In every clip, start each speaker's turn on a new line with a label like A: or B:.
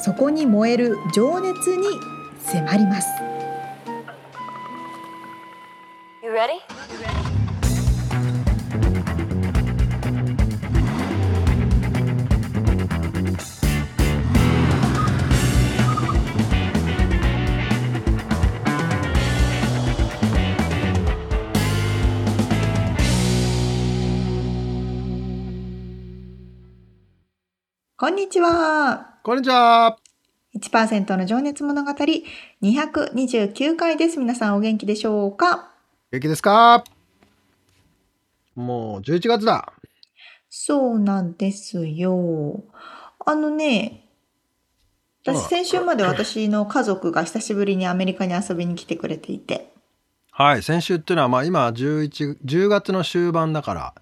A: そこに燃える情熱に迫ります
B: You ready?
A: こんにちは
C: こんにちは。
A: 1%の情熱物語229回です皆さんお元気でしょうか
C: 元気ですかもう11月だ。
A: そうなんですよあのね
C: あ
A: 私先週まで私の家族が久しぶりにアメリカに遊びに来てくれていて
C: はい、先週っていうのはまあ今11 10月の終盤だから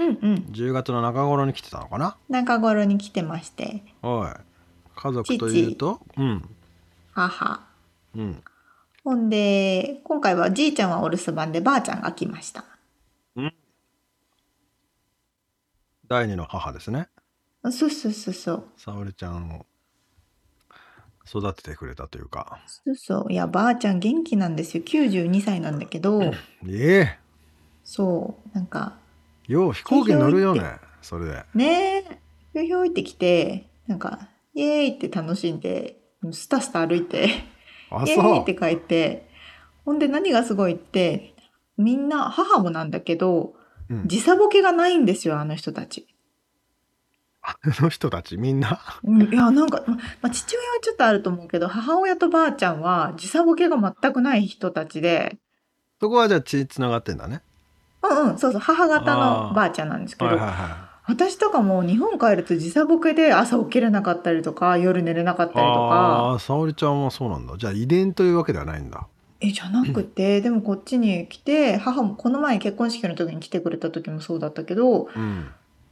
A: うんうん
C: 10月の中頃に来てたのかな。
A: 中頃に来てまして
C: おい、家族というと、うん
A: 母
C: うん
A: ほんで今回はじいちゃんはお留守番でばあちゃんが来ました
C: 第二の母ですね。
A: そうそうそうそう
C: 沙織ちゃんを育ててくれたというか。
A: そうそういやばあちゃん元気なんですよ92歳なんだけど
C: ええ
A: そうなんか
C: よう飛行機に乗るよね。それで。
A: ねえひょいひょいって来てなんかイエーイって楽しんでスタスタ歩いて
C: あ
A: イエーイ
C: そ
A: っ
C: う。
A: て帰ってほんで何がすごいってみんな母もなんだけど
C: うん、
A: 時差ボケがないんですよあの人たち。
C: あの人たちみんな。
A: うんいやなんか、ままあ、父親はちょっとあると思うけど母親とばあちゃんは時差ボケが全くない人たちで
C: そこはじゃあ血つながってんだね。
A: うんうんそうそう母方の
C: あー
A: ばあちゃんなんですけ
C: はい
A: ど、
C: はいは
A: 私とかもう日本帰ると時差ボケで朝起きれなかったりとか夜寝れなかったりと
C: い。
A: か
C: ああー、沙織ちゃんはそうなんだ。じゃあ遺伝というわけではないんだ。
A: えじゃなく てでもこっちに来て母もこの前結婚式の時に来てくれた時もそうだったけど
C: うん。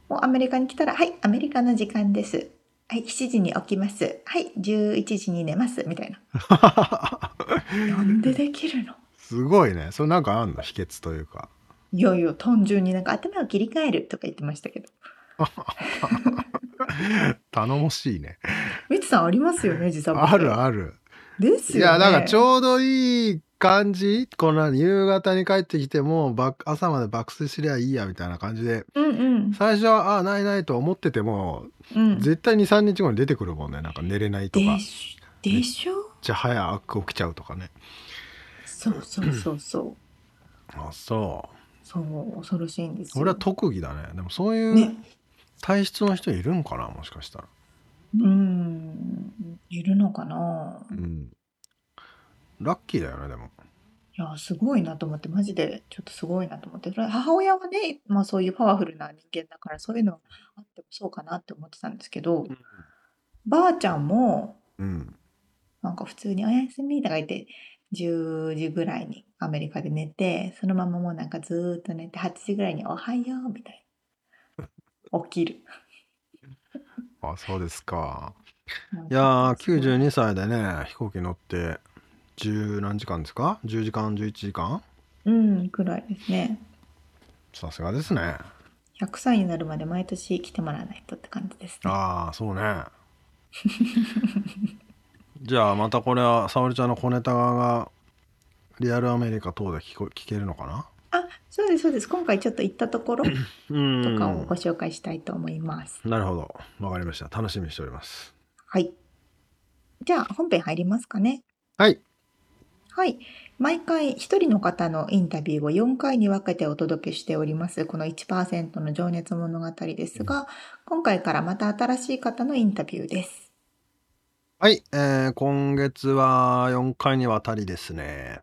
A: もうアメリカに来たら「はいアメリカの時間です」「はい7時に起きます」「はい11時に寝ます」みたいな なんでできるの
C: すごいね。それなんかあんの秘訣というか。
A: いよいよ単純になんか頭を切り替えるとか言ってましたけど
C: 頼もしい ね。
A: みつさんあります よね時差ボケ
C: あるある。
A: です
C: い
A: よね
C: や、なんかちょうどいい感じ。こんな夕方に帰ってきても、ば朝まで爆睡すりゃいいやみたいな感じで。
A: うんうん
C: 最初は、ああ、ないないと思ってても、
A: うん
C: 絶対2、3日後に出てくるもんね。なんか寝れないとか
A: で。しでしょ
C: じゃあ早く起きちゃうとかね。
A: そうそうそうそう
C: あ、そ
A: そう恐ろしいんです
C: う。
A: よ
C: 俺は特技だね。でもそうい
A: ね
C: う体質の人いるんかな、もしかしたら。
A: うん、いるのかな。
C: うん。ラッキーだよね、でも。
A: いや、すごいなと思って、マジで、ちょっとすごいなと思って、それ母親はね、まあそういうパワフルな人間だから、そういうのあってもそうかなって思ってたんですけど、ばあちゃんも、
C: うん。
A: なんか普通におやすみとか言って、10時ぐらいにアメリカで寝て、そのままもうなんかずーっと寝て、8時ぐらいにおはようみたいな。起きる。
C: あ、そうですか。
A: なん
C: い
A: か
C: やー
A: すごい
C: 92歳でね飛行機乗って十何時間ですか10時間11時間
A: うん、くらいですね。
C: さすがですね
A: 100歳になるまで毎年来てもらわないとって感じですね。
C: ああそうね じゃあまたこれは沙織ちゃんの小ネタがリアルアメリカ等で聞こ聞けるのかな
A: あ、そうです、そうです。今回ちょっと行ったところと
C: う
A: かをご
C: ん
A: 紹介したいと思います。
C: なるほどわかりました楽しみにしております
A: はい。じゃあ、本編入りますかね。
C: はい
A: はい。毎回一人の方のインタビューを4回に分けてお届けしております。この1%の情熱物語ですが、今回からまた新しい方のインタビューです。
C: はい、えー今月は4回にわたりですね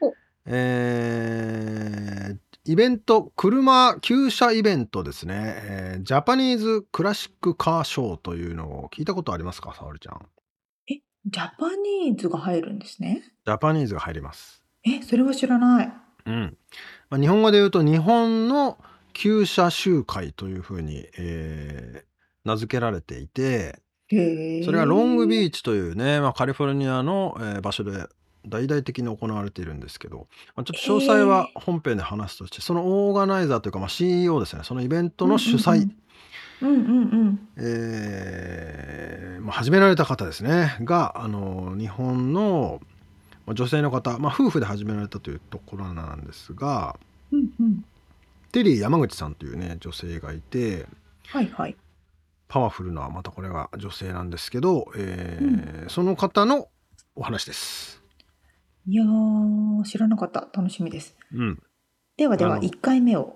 A: お。
C: えーイベント、車旧車イベントですね、えージャパニーズクラシックカーショーというのを聞いたことありますか、沙織ちゃん。
A: ジャパニーズが入るんですね。
D: ジャパニーズが入ります。
A: え、それは知らない。
D: うん。まあ、日本語で言うと日本の旧社集会というふうに、えー名付けられていて、
A: へえ。
D: それはロングビ
A: ーチ。
D: ーチというね、まあ、カリフォルニアの、えー場所で大々的に行われているんですけど、まあ、ちょっと詳細は本編で話すとして、そのオーガナイザーというか、まあ、CEO ですね、そのイベントの主催、
A: うんうんうん。
D: えーまあ、始められた方ですねがあの日本のまあ女性の方、まあ、夫婦で始められたというところなんですが
A: うんうん。
D: テリー山口さんというね女性がいて
A: はいはい。
D: パワフルなまたこれが女性なんですけど、えーその方のお話です。
A: いやー、知らなかった。楽しみです。
D: うん、
A: ではで
D: あ
A: は、
D: の
A: 一回目を。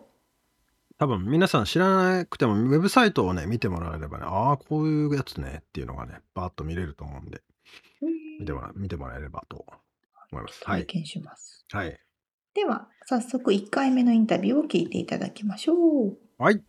D: 多分皆さん知らなくてもウェブサイトをね見てもらえればねああこういうやつねっていうのがねバーッと見れると思うんで見てもら見てもらえればと思います。は
A: 拝
D: い、
A: 見します。
D: はい
A: では、早速一回目のインタビューを聞いていただきましょう。
D: はい。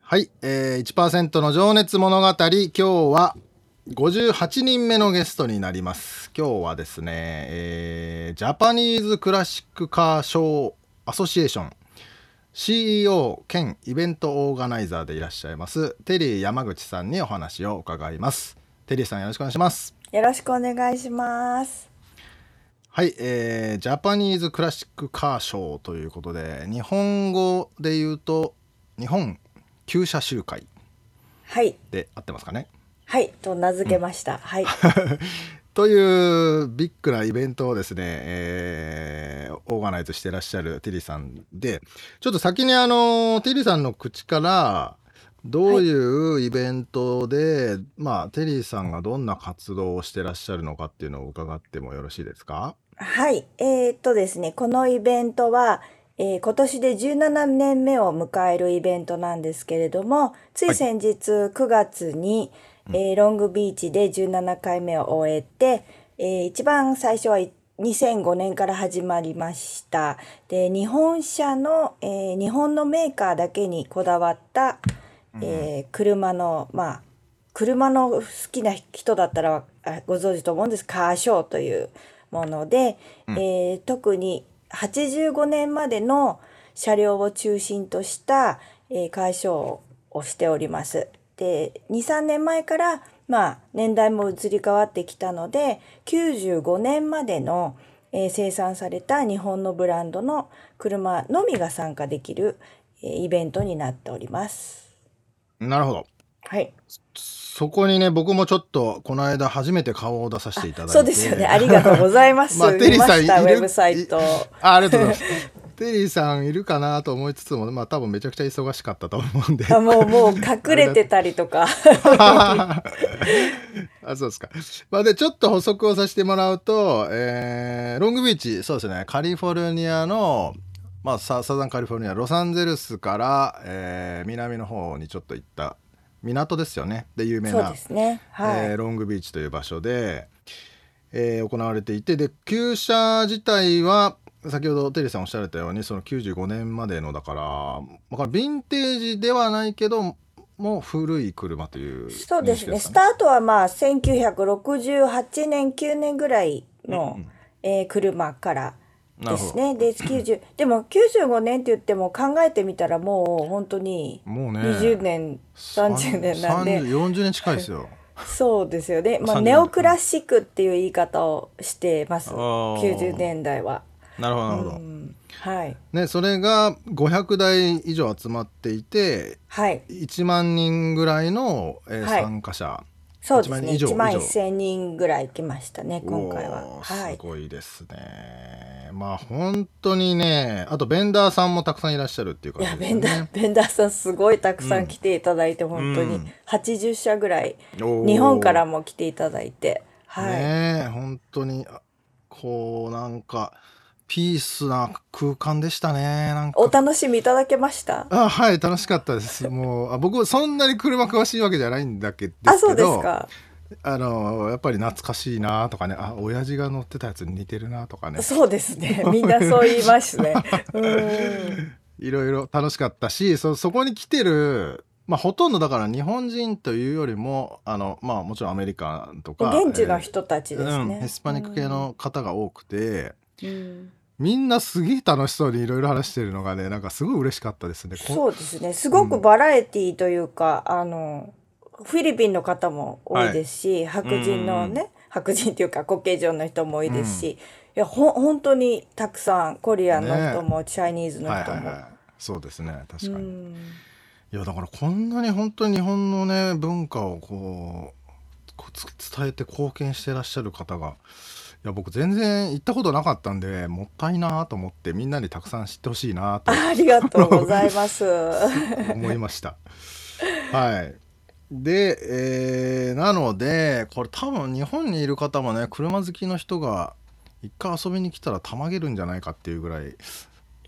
C: はい、えー、1%の情熱物語今日は58人目のゲストになります今日はですね、えージャパニーズクラシックカーショーアソシエーション CEO 兼イベントオーガナイザーでいらっしゃいますテリー山口さんにお話を伺いますテリーさんよろしくお願いします
B: よろしくお願いします。
C: はい、えージャパニーズクラシックカーショーということで日本語で言うと日本旧車集会
B: はい、
C: で合ってますかね
B: はい、と名付けました。はい、
C: というビッグなイベントをですね、えーオーガナイズしてらっしゃるテリーさんでちょっと先にあのテリーさんの口からどういうイベントで、まあテリーさんがどんな活動をしてらっしゃるのかっていうのを伺ってもよろしいですか
B: はい、えーっとですね、このイベントは、えー今年で17年目を迎えるイベントなんですけれども、つい先日9月に、えーロングビーチで17回目を終えて、えー一番最初は2005年から始まりました。で、日本車の、えー日本のメーカーだけにこだわった、えー車の、まあ、車の好きな人だったらあご存知と思うんですカーショーというもので、えー特に85年までの車両を中心とした、えーカーショーをしております。で23年前から、まあ、年代も移り変わってきたので95年までの、えー生産された日本のブランドの車のみが参加できる、えーイベントになっております。
C: なるほど
B: はい、
C: そこにね僕もちょっとこの間初めて顔を出させていただいて
B: そうですよね。ありがとうございます。
C: まあテリーさん
B: 見ました
C: い
B: ウ
C: る
B: ェブサイト。
C: あありがとうございます。テリーさんいるかなと思いつつも、まあ多分めちゃくちゃ忙しかったと思うんで。
B: あもうもう隠れてたりとか。
C: あ、そうですか。まあで、ちょっと補足をさせてもらうと、えーロングビーチ、そうですね、カリフォルニアの、まあササザンカリフォルニア、ロサンゼルスから、えー南の方にちょっと行った港ですよね。で、有 名
B: そう
C: な
B: で、すね。はい。
C: えーロングビーチという場所で、えー行われていてで旧車自体は先ほどテリーさんおっしゃられたようにその95年までのだからまあこれヴィンテージではないけどもう古い車という
B: そうですね。
C: 認識
B: ス
C: か
B: タートはまあ1968年9年ぐらいの、えー車からですね。で90で も95年って言っても考えてみたらもう本当に
C: もうね
B: 20年、30年なんで
C: 30 40年近いで すよ
B: そうですよね。
D: 30
B: まあ
D: 年
B: ネオクラシックっていう言い方をしてます。
D: あー
B: 90年代は。
C: なるほどなるほど、
B: うんはい
C: ねそれが500台以上集まっていて
B: はい。
C: 1万人ぐらいの、えー
B: はい
C: 参加者
B: そうですね。
C: 1
B: 1
C: 万
B: 万
C: 以上
B: 1000人ぐらい来ましたね、今回は
C: お。ー
B: はい
C: す。ごいですね。まあ本当にね、あとベンダーさんもたくさんいらっしゃるっていう
B: い
C: 感
B: や、
C: じで
B: ベ
C: す
B: ン
C: ね。
B: ダー、ベンダーさんすごいたくさん来ていただいて、本当
C: う
B: に
C: ん
B: 80社ぐらい、
C: おー
B: 日本からも来ていただいて、はい。
C: ねえ本当にあこうなんかピースな空間でしたね。なんか
B: お楽しみいただけました
C: あはい楽しかったです。もうあ僕そんなに車詳しいわけじゃないんだけですけど
B: あ、そうですか。
C: あのやっぱり懐かしいなとかねあ親父が乗ってたやつに似てるなとかね
B: そうですね。みんなそう言います ね。うん。
C: いろいろ楽しかったしそそこに来てる、まあ、ほとんどだから日本人というよりもあの、まあ、もちろんアメリカンとか
B: 現地の人たちです
C: うん、
B: ね。
C: ヘスパニック系の方が多くて、
B: うん。
C: みんなすげえ楽しそうにいろいろ話してるのがねなんかすごい嬉しかったですね。こ
B: そうですね。すごくバラエティーというか、あの、フィリピンの方も多いですし、白人のね、白人というか、国系上の人も多いですし、いや、ほん、本当にたくさん、コリアンの人も、チャイニーズの
C: はい
B: 人
C: はい
B: も。
C: はい、そうですね確
B: う
C: かに、
B: ん。
C: いやだからこんなに本当に日本のね文化をこうこうつ伝えて貢献してらっしゃる方がいや僕全然行ったことなかったんでもったいなと思ってみんなにたくさん知ってほしいなと
B: ありがとうございます。
C: 思いました。はいで、えーなのでこれ多分日本にいる方もね車好きの人が一回遊びに来たらたまげるんじゃないかっていうぐらい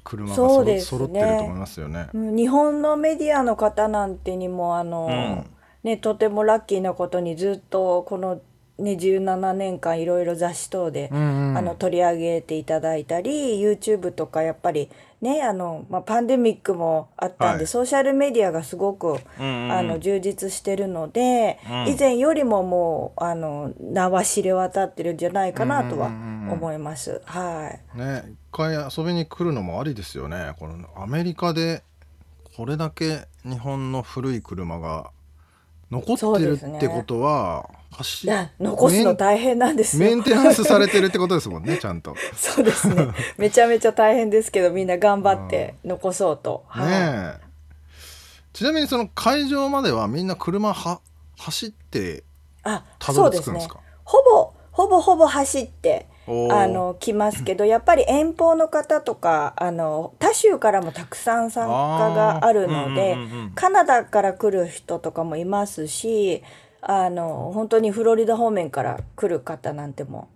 C: 車が
B: そ
C: 揃,、
B: うですね
C: 揃ってると思いますよね。
B: うん日本のメディアの方なんてにもあの、
C: うん
B: ね、とてもラッキーなことにずっとこの、ね、17年間いろいろ雑誌等で、
C: んうん
B: あの取り上げていただいたり YouTube とかやっぱり、ねあのまあ、パンデミックもあったんで、
C: はい
B: ソーシャルメディアがすごく、あの充実してるので、以前よりももうあの名は知れ渡ってるんじゃないかなとは思います。はい
C: ね一回遊びに来るのもありですよねこのアメリカでこれだけ日本の古い車が残
B: そ
C: っ
B: う
C: て
B: で
C: る
B: すね
C: ってことは、走
B: いや残すの大変なんですよ。
C: メンメンテナンスされてるってことですもんねちゃんと。ね
B: そうですね。めちゃめちゃ大変ですけど、みんな頑張って残そうと。
C: え、
B: はい。
C: ちなみにその会場まではみんな車は走って
B: あ、
C: た
B: そ
C: ど
B: う
C: り
B: で
C: 着く
B: す
C: んで
B: ね
C: すか。
B: ほぼ、ほぼほぼ走って、
C: おー
B: あの、来ますけど、やっぱり遠方の方とか、あの、他州からもたくさん参加があるので
C: あーうんうんうんうん、
B: カナダから来る人とかもいますし、あの、本当にフロリダ方面から来る方なんても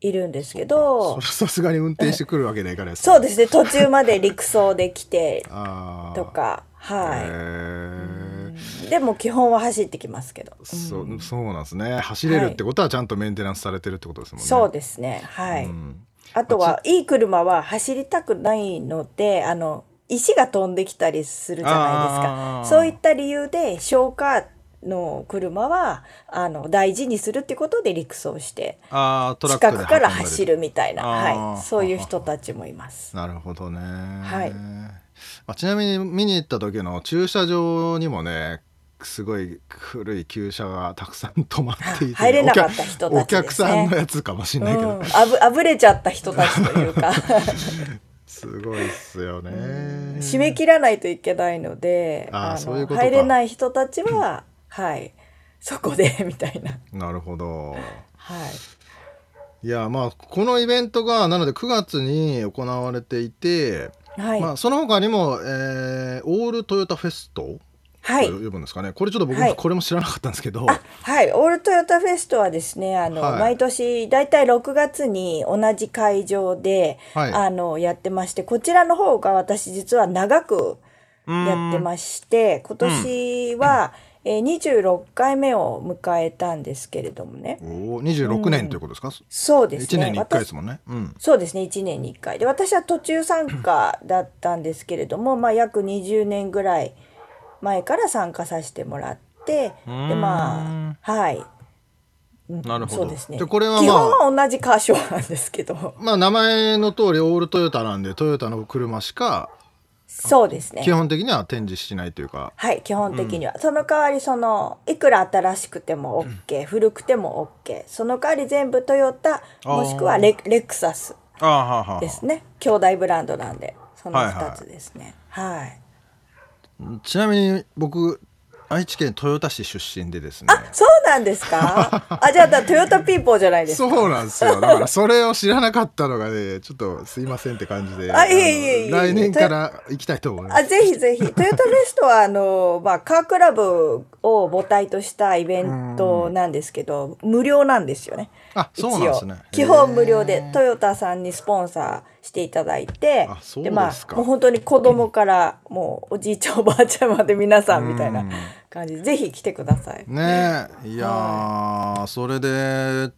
B: いるんですけ
C: そ
B: ど
C: れ、さすがに運転してくるわけにはいかないですね
B: そうですね、途中まで陸送で来て
C: あー
B: とか、はい。
C: へー
B: でも基本は走ってきますけど。
C: そ
B: うん
C: うそうなんですね走れるってことはちゃんとメンテナンスされてるってことですもんね。
B: そうですね。はい。
C: うん
B: あとは、いい車は走りたくないので、あの、石が飛んできたりするじゃない
C: あー
B: ですか。そういった理由で、消火の車は、あの、大事にするってことで陸走して、
C: あートラック
B: 近
C: で
B: くから
C: 運んだり
B: 走るみたいな、
C: あー
B: はい。そういう人たちもいます。
C: なるほど
B: い
C: ね、まあ、ちなみに見に行った時の駐車場にもねすごい古い旧車がたくさん止まっていて
B: 入れなかった人
C: お
B: たちですね
C: 客お客さんのやつかもしれ
B: う
C: ないけど、
B: ん。あぶ、あぶれちゃった人たちという か、
C: すごいっすよね、
B: 締め切らないといけないので、
C: あー
B: の
C: そういうことか
B: 入れない人たちは、はい、そこでみたいな。
C: なるほど
B: はい。
C: いやまあこのイベントがなので9月に行われていて、
B: はい。
C: まあ、その他にも、えーオールトヨタフェスト
B: はい
C: と。呼ぶんですかねこれちょっと僕、
B: はい
C: これも知らなかったんですけど
B: あはい、オールトヨタフェストはですね、あの、
C: はい
B: 毎年、だいたい6月に同じ会場で、
C: はい
B: あの、やってまして、こちらの方が私実は長くやってまして、今年は、えー26回目を迎えたんですけれどもね。
C: おお26年ということですか、
B: そうです
C: 一
B: ね。
C: 年に一回で
B: 私
C: すもんね。うん。
B: そうですね、1年に1回。で、私は途中参加だったんですけれども、まあ、約20年ぐらい前から参加させてもらって、で、まあ、はい。な
C: るほど
B: そうですね。
C: でこれはまあ
B: 基本は同じ歌唱なんですけど、
C: まあ名前の通りオールトヨタなんでトヨタの車しか
B: そうですね
C: 基。本的には展示しないというか。
B: はい、基本的には。その代わり、その、いくら新しくても OK、古くても OK、その代わり全部トヨタ、もしくはレレクサス
C: ああはは
B: ですね。兄弟ブランドなんで、その
C: はいはい
B: 2つですね。はい。
C: ちなみに僕愛知県豊田市出身でですね
B: あ、 そうなんですかあ、じゃあ、だトヨタピーポーじゃないですか。
C: そうなんですよだからそれを知らなかったのがねちょっとすいませんって感じで
B: あいえいえいえいえ
C: あの来年から行きたいと思います
B: あぜひぜひ。トヨタベストは、あの、 まあ、カークラブを母体としたイベントなんですけど、無料なんですよね。
C: あ
B: 一
C: そうなんで
B: 応
C: すね
B: 基本無料でト
C: へー
B: ヨタさんにスポンサーしていただいて
C: あそう
B: ま
C: です
B: あ
C: か
B: もう本当に子供からもうおじいちゃんおばあちゃんまで皆さんみたいな
C: うん
B: 感じでぜひ来てください。
C: ねえいやーそれで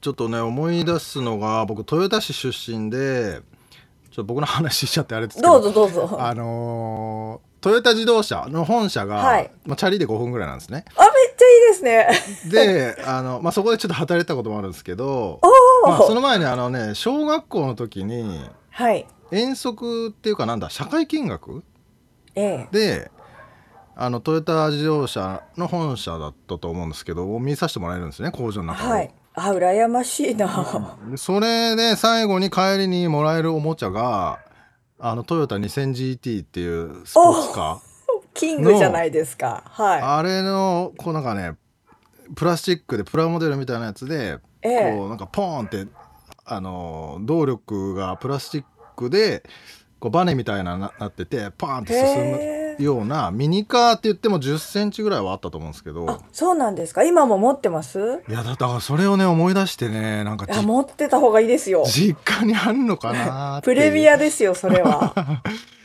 C: ちょっとね思い出すのが僕豊田市出身でちょっと僕の話しちゃってあれですけ
B: どうぞどうぞ。あ
C: あのートヨタ自動車の本社が、
B: はい
C: まあ、チャリで5分ぐらいなんですね。
B: めっちゃいいですね。
C: であの、まあ、そこでちょっと働いてたこともあるんですけ
B: お
C: ど、
B: ー
C: まあ、その前にあのね小学校の時に
B: はい。
C: 遠足っていうかなんだ社会見学
B: ええ。
C: であのトヨタ自動車の本社だったと思うんですけど見させてもらえるんですね工場の中を、
B: はい。あ羨ましいな。
C: でそれで最後に帰りにもらえるおもちゃがあのトヨタ 2000GT っていうスポーツカ
B: キングじゃないですか。
C: ー
B: は
C: あれのこうなんかねプラスチックでプラモデルみたいなやつで、
B: い。ええ
C: こうなんかポーンってあの動力がプラスチックでこうバネみたいなななっててパーンって進む
B: へえ。
C: ようなミニカーって言っても1 0ンチぐらいはあったと思うんですけ
B: あ
C: ど、
B: そうなんですか。今も持ってます？
C: いやだだからそれをね思い出してねなんか
B: いや
C: じ
B: 持ってた方がいいですよ。
C: 実家にあるのかなーってい
B: プ
C: う
B: レミアですよそれは。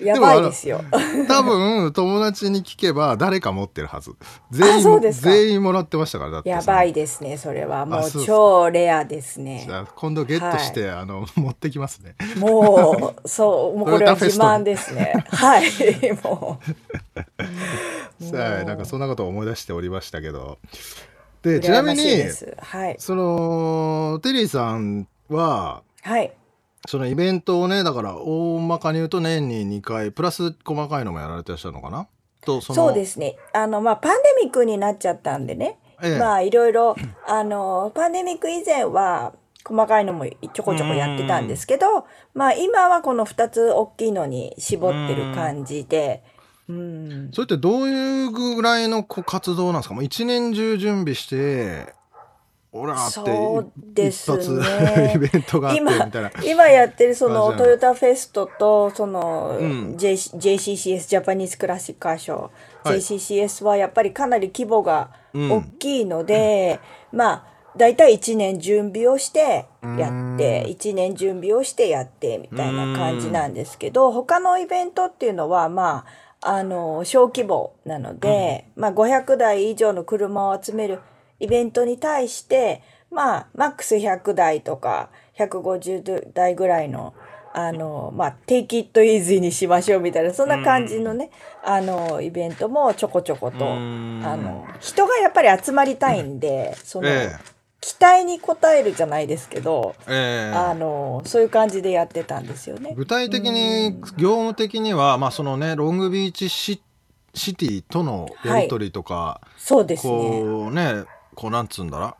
B: やばいですよ。
C: 多分友達に聞けば誰か持ってるはず全員
B: そうですか
C: 全員もらってましたからだって
B: やばいですねそれはもう
C: そうですか
B: 超レアですね
C: じ。ゃあ今度ゲットして、あの 持ってきますね
B: もうそうもうこれは
C: トヨタフェ
B: 自
C: スト
B: 慢ですね。はい もう。
C: はいなんかそんなことを思い出しておりましたけどでちな
B: 羨
C: み
B: ましい
C: に
B: ですはい
C: そのテリーさんは
B: はい
C: そのイベントをねだから大まかに言うと年に2回プラス細かいのもやられてらっしゃるのかなとその、
B: そうですすねあのまあパンデミックになっちゃったんでね。
C: ええ
B: まあいろいろあのパンデミック以前は細かいのもちょこちょこやってたんですけど、まあ今はこの2つ大きいのに絞ってる感じで、うん、
C: それってどういうぐらいのこう活動なんですかもう一年中準備してオラー
B: そう
C: ってい
B: です
C: 一
B: ね
C: 発イ ベントがあってみ
B: 今
C: たいな。
B: 今やってるその
C: あじゃあ
B: トヨタフェストとその、
C: うん
B: JC JCCS ジャパニーズクラシックカーショー、
C: はい
B: JCCS はやっぱりかなり規模が
C: うん
B: 大きいので、まあ大体1年準備をしてやって
C: うん
B: 1年準備をしてやってみたいな感じなんですけど他のイベントっていうのはまああの小規模なので、まあ、500台以上の車を集めるイベントに対してまあマックス100台とか150台ぐらいのあのまあ take it easy にしましょうみたいなそんな感じのね、あのイベントもちょこちょこと、あの人がやっぱり集まりたいんで、その、
C: え
B: 期待に応えるじゃないですけど、
C: ええ
B: あのそういう感じでやってたんですよね
C: え。具体的に業務的には、まあ、そのねロングビーチシシティとのやり取りとか、
B: そうですね。
C: こうねこうなんつうんだら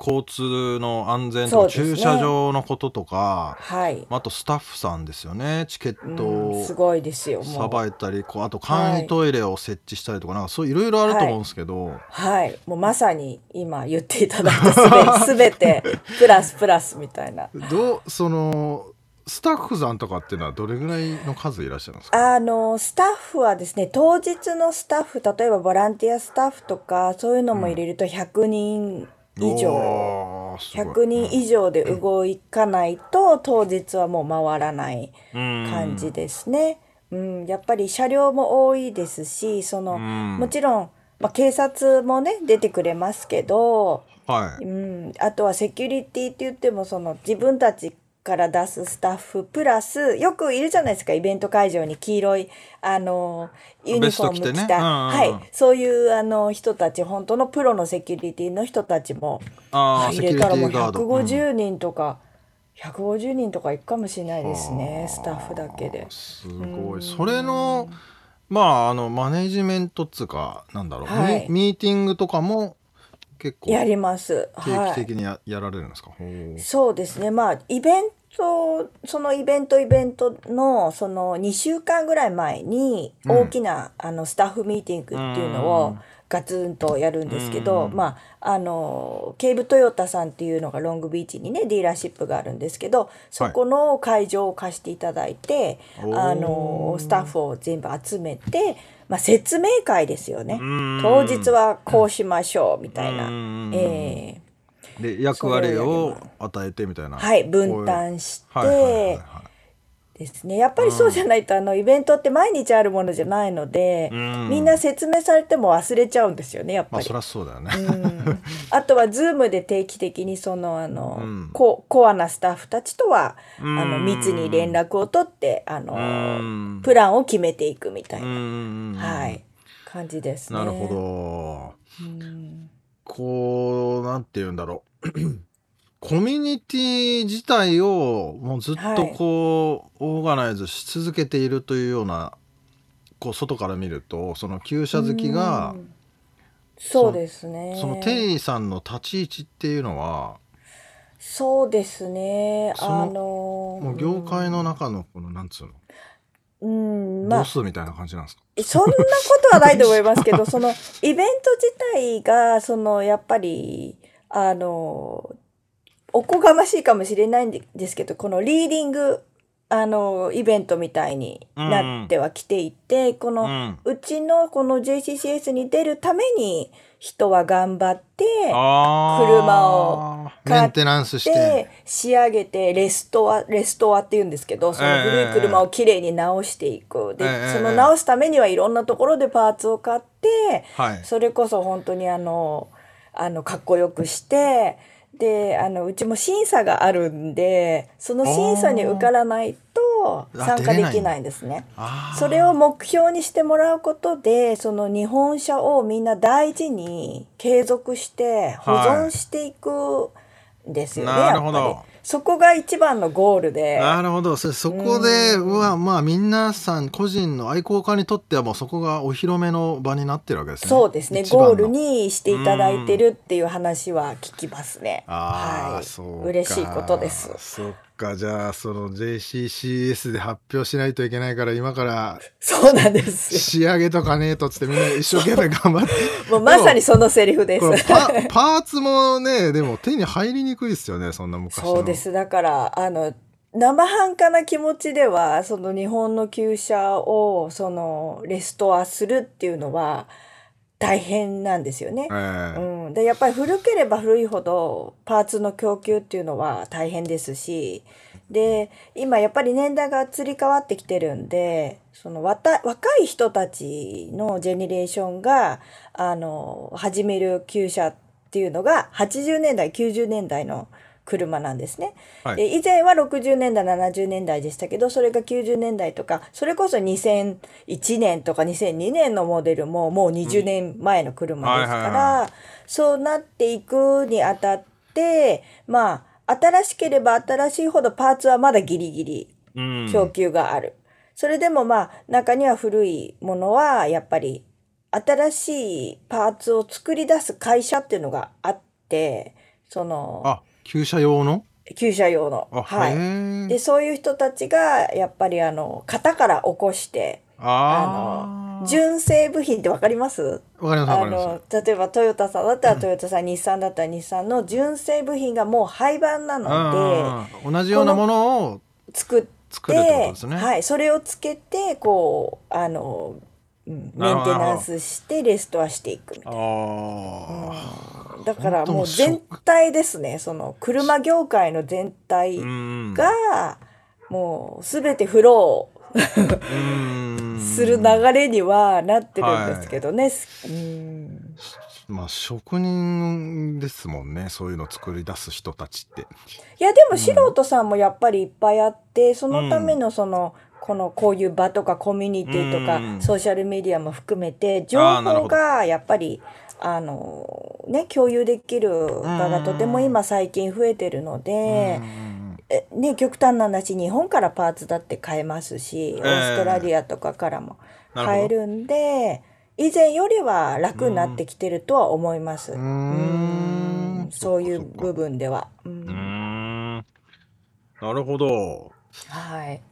C: 交通の安全とか、
B: そうですね
C: 駐車場のこととか
B: はい。
C: あとスタッフさんですよねチケ
B: う
C: ッ
B: ん
C: トを
B: すごいですよ。も
C: さ
B: う
C: ばいたりこうあと簡易トイレを設置したりとか、なんかそういろいろあると思うんですけど、
B: はい。もうまさに今言っていただいたすべすべてプラスプラスみたいな。
C: どうそのスタッフさんとかっていうのはどれぐらいの数いらっしゃるんですか
B: あのスタッフはですね当日のスタッフ例えばボランティアスタッフとかそういうのも入れると100人以上。
C: おーすご
B: 100
C: い
B: 人以上で動かないと当日はもう回らない感じですね。うん、やっぱり車両も多いですし、その、
C: ん
B: もちろん、まあ、警察もね、出てくれますけど、
C: はい
B: うん、あとはセキュリティって言っても、その自分たちから出すスタッフプラス、よくいるじゃないですか、イベント会場に黄色い、あの、ユニフォーム着た、
C: ベスト着てねうんうんうん
B: はい、そういうあの人たち、本当のプロのセキュリティの人たちも、
C: あーセキュ
B: 入
C: リ
B: れ
C: テ
B: たらもう
C: ィガード
B: 150人とか、150人とかいくかもしれないです
C: あ
B: ね
C: ー
B: スタッフだけです
C: ごいそれのまああのマネジメントっつうかなんだろう、
B: はい
C: ミミーティングとかも結構
B: や
C: 定
B: りますは
C: 期的
B: い
C: にや,、やられるんですかほう
B: そうですねまあイベントそのイベントイベントのその2週間ぐらい前に
C: うん
B: 大きな、あのスタッフミーティングっていうの
C: う
B: を
C: ん
B: ガツンとやるんですけ
C: うんうん
B: ど、
C: うん
B: まあ、あの、ケーブトヨタさんっていうのがロングビーチにね、ディーラーシップがあるんですけど、そこの会場を貸していただいて、
C: おー
B: あの、スタッフを全部集めて、まあ、説明会ですよね。当日はこうしましょう、みたいな。えー
C: で役割
B: それをや
C: を
B: りま
C: 与えてみたいな
B: はい、分担して、
C: こういうはいはいはいはい
B: ですね。やっぱりそうじゃないと、あの、イベントって毎日あるものじゃないので、
C: うん
B: みんな説明されても忘れちゃうんですよね、やっぱ
C: まあ
B: り
C: そり。ゃそうだよね、
B: うんあとは、ズームで定期的に、その、あの、
C: うん
B: ココアなスタッフたちとは、あ
C: うん
B: の、密に連絡を取って、あの、
C: ん
B: プランを決めていくみたいな、
C: ン
B: はい、感じですね。
C: なるほど
B: うん。
C: こうなんて言うんだろう コミュニティ自体をもうずっとこう、オーガナイズし続けているというようなこう外から見るとその旧車好きが
B: うん、そうですね。
C: その店員さんの立ち位置っていうのは
B: そうですね。
C: その
B: あの、
C: もう業界の中のこのなんつうの、
B: うん、うんま
C: ボ
B: あ、
C: スみたいな感じなんですか、
B: そんなことはないと思いますけ ど、そのイベント自体が、そのやっぱり、あの、おこがましいかもしれないんですけど、このリーディング、あの、イベントみたいになってはきていて、この、
C: ん、
B: うちのこの JCCS に出るために人は頑張って、車を
C: メンテナンスして
B: で仕上げてレストアレストアって言うんですけどその古い車をきれいに直していく、で、
C: ええ
B: その直すためにはいろんなところでパーツを買って、
C: はい
B: それこそ本当にあのあのかっこよくしてであのうちも審査があるんでその審査に受からないと
C: あー
B: 参加
C: 出れ
B: で
C: ない
B: きないんですね。
C: あー
B: それを目標にしてもらうことでその日本車をみんな大事に継続して保存していくんですよね、
C: はいなるほど
B: やっぱりそこが一番のゴールで
C: なるほどそそこでうわまあ皆さん個人の愛好家にとってはもうそこがお披露目の場になってるわけですね
B: そうですね
C: 一番の
B: ゴールにしていただいてるっていう話は聞きますね。
C: あー
B: はい、
C: そうか
B: 嬉しいことです。
C: そっかじゃあその JCCS で発表しないといけないから今から
B: そうなんですよ。
C: 仕上げとかねえとっつってみんな一生懸命頑張って
B: もうまさにそのセリフで
C: これ
B: す。
C: パパーツもねでも手に入りにくいですよねそんな昔の
B: そうです。だから、あの、生半可な気持ちでは、その日本の旧車を、その、レストアするっていうのは、大変なんですよね
C: え。
B: う
C: え
B: ん。で、やっぱり古ければ古いほど、パーツの供給っていうのは大変ですし、で、今やっぱり年代が移り変わってきてるんで、そのわた若い人たちのジェネレーションが、あの、始める旧車っていうのが、80年代、90年代の車なんですね。
C: はい
B: で以前は60年代70年代でしたけどそれが90年代とかそれこそ2001年とか2002年のモデルももう20年前の車ですか
C: はいはい
B: らそうなっていくにあたってまあ新しければ新しいほどパーツはまだギリギリ供給がある。それでもまあ中には古いものはやっぱり新しいパーツを作り出す会社っていうのがあってその
C: あ旧車用の
B: 旧車用の。
C: あ、
B: は
C: へ
B: い、
C: ー
B: でそういう人たちがやっぱりあの型から起こして
C: あ
B: あの純正部品ってわかります
C: ーわかります
B: あ
C: わかりま
B: の例えばトヨタさんだったらトヨタさん、日産だったら日産の純正部品がもう廃盤なの
C: すうん同じようなものを
B: で作って
C: 作るってことですね
B: はい、それをつけてこうあの、うんメ
C: なる
B: ン
C: ほど
B: テナンスしてレストアしていくみたいな。
C: あ
B: だから
C: 本
B: も
C: 当も
B: う
C: うショッ
B: 全体ですねその車業界の全体
C: ーうん
B: がもう全てフロー
C: うん
B: する流れにはなってるんですけどね。うん
C: まあ職人ですもんねそういうの作り出す人たちって
B: いやでも素人さんもやっぱりいっぱいあってそのためのその、このこういう場とかコミュニティとか、
C: うん
B: ソーシャルメディアも含めて情
C: あーなる
B: 報
C: ほど
B: がやっぱりあのね共有できる場がとても今最近増えてるので、えね極端な話日本からパーツだって買えますし、オーストラリアとかからも
C: なるほど
B: 買えるんで以前よりは楽になってきてるとは思います。う
C: ん
B: んそういう
C: そっかそっか
B: 部分では。うん
C: うんなるほど
B: はい。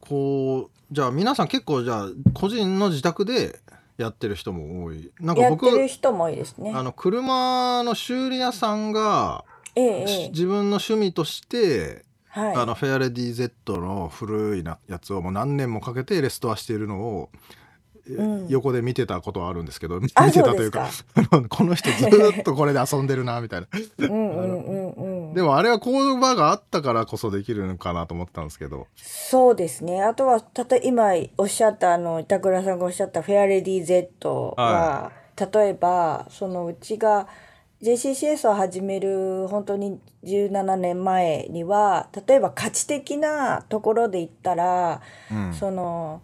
C: こうじゃあ皆さん結構じゃあ個人の自宅でやってる人も多いなんか
B: やっ
C: 僕
B: てる人も多いですね
C: あ。の車の修理屋さんが、
B: ええええ
C: 自分の趣味として、
B: はい。
C: あのフェアレディ Z の古いなやつをもう何年もかけてレストアしているのを、え
B: うん
C: 横で見てたことはあるんですけ ど見て
B: あ
C: たというかあ のこの人ずっとこれで遊んでるなみたいな
B: うんうんうんうん。
C: でもあれはこういう場があったからこそできるのかなと思ったんですけど
B: そうですね。あとは、たと今おっしゃった、あの、板倉さんがおっしゃったフェアレディ Z は、例えば、そのうちが JCCS を始める本当に17年前には、例えば価値的なところで言ったら、
C: うん
B: その、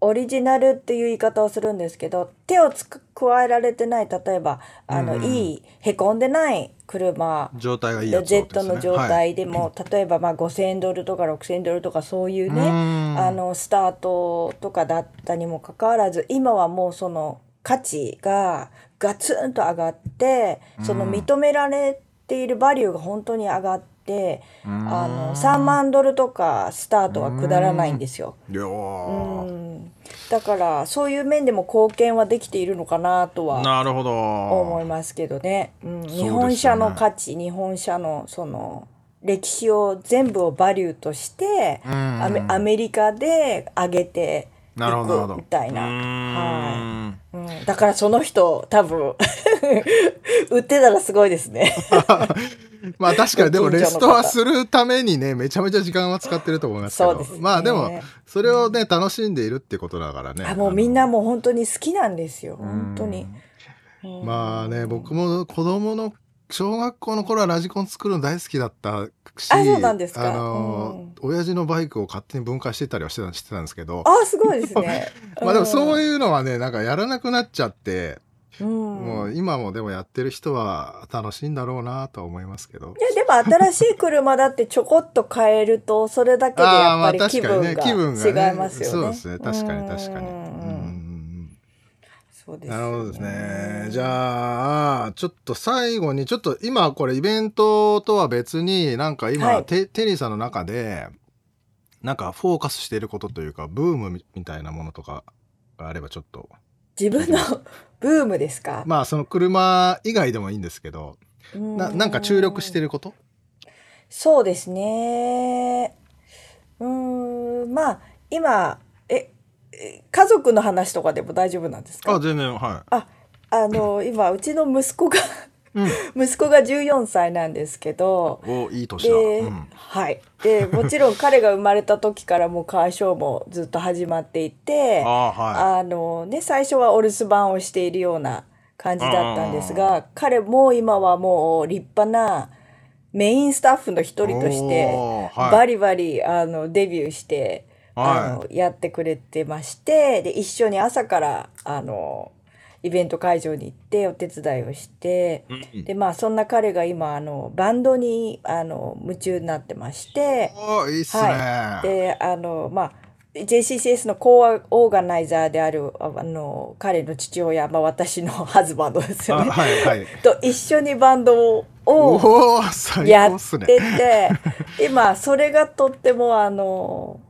B: オリジナルっていう言い方をするんですけど、手をつく加えられてない、例えば、あの、
C: うん
B: いい、へこんでない車、
D: 状態がいい
B: ジ
D: や
B: ェ
D: つを
B: ッ
D: です
B: ト
D: ね
B: の状態でも、例えばまあ5,000ドルとか6,000ドルとかそういう
C: う
B: ね
C: ん
B: あのスタートとかだったにもかかわらず今はもうその価値がガツンと上がってその認められているバリューが本当に上がってあの3万ドルとかスタートは下らないんですよ。
C: いやー
B: うんだからそういう面でも貢献はできているのかなとは
C: なるほど
B: 思いますけどね、うん、
C: すよね
B: 日本車の価値、日本車のその歴史を全部をバリューとして、
C: んうん
B: アメアメリカで上げてい
C: なるほどなるほ
B: く
C: ど
B: みたいな
C: う
B: は
C: ーん
B: いうんだからその人多分 売ってたらすごいですね
C: まあ確かにで
B: ご
C: も
B: 近所
C: レ
B: の方
C: ストアするためにねめちゃめちゃ時間は使ってると思いますけ
B: そう
C: ど
B: ですね
C: まあでもそれをね楽しんでいるってことだからね
B: あもうみんなもう本当に好きなんですよ本当に
C: うんまあね僕も子供の小学校の頃はラジコン作るの大好きだったし
B: あそうなんですか
C: あの、親父のバイクを勝手に分解してたりはしてたしてたんですけど
B: あすごいですね
C: まあでもそう
B: い
C: いうのはねなんかやらなくなっちゃって、
B: うん、
C: もう今もでもやってる人は楽しいんだろうなとは思いますけど
B: いやでも新しい車だってちょこっと変えると それだけでやっぱり気分
C: あーまあ確かに
B: が違いますよね。
C: そうですね確かに確かに
B: う
C: うんんうんうん
B: そうですよ
C: な
B: ね
C: るほどですねじゃあちょっと最後にちょっと今これイベントとは別になんか今、
B: はい
C: テテリーさんの中でなんかフォーカスしていることというかブームみみたいなものとかがあればちょっと
B: 自分の ブームですか、
C: まあその車以外でもいいんですけどななんか注力して
B: る
C: ること
B: そうですねうーんまあ今ええ家族の話とかでも大丈夫なんですか
C: 全然は
B: ああの今うちの息子が
C: い、うん、
B: 息子が14歳なんですけど
C: おいい年だ、
B: で、
C: うん、
B: はい。で、もちろん彼が生まれた時からもう鑑賞もずっと始まっていて
C: あ、あ はい
B: あのね、最初はお留守番をしているような感じだったんですが、彼も今はもう立派なメインスタッフの一人として、
C: おーはい
B: バリバリ、あの、デビューして、
C: はい
B: あの、やってくれてまして、で、一緒に朝から、あの、イベント会場に行ってお手伝いをして、でまあそんな彼が今あのバンドにあの夢中になってまして、
C: おーいいっすね、
B: はい、であのまあ JCCS のコーアオーガナイザーであるああの彼の父親、まあ、私の ハズバンドですよ
C: あ
B: ね。
C: はいはい
B: と一緒にバンドを
C: おお最
B: や
C: 高っ
B: っ
C: す
B: て
C: ね
B: て、今それがとってもあの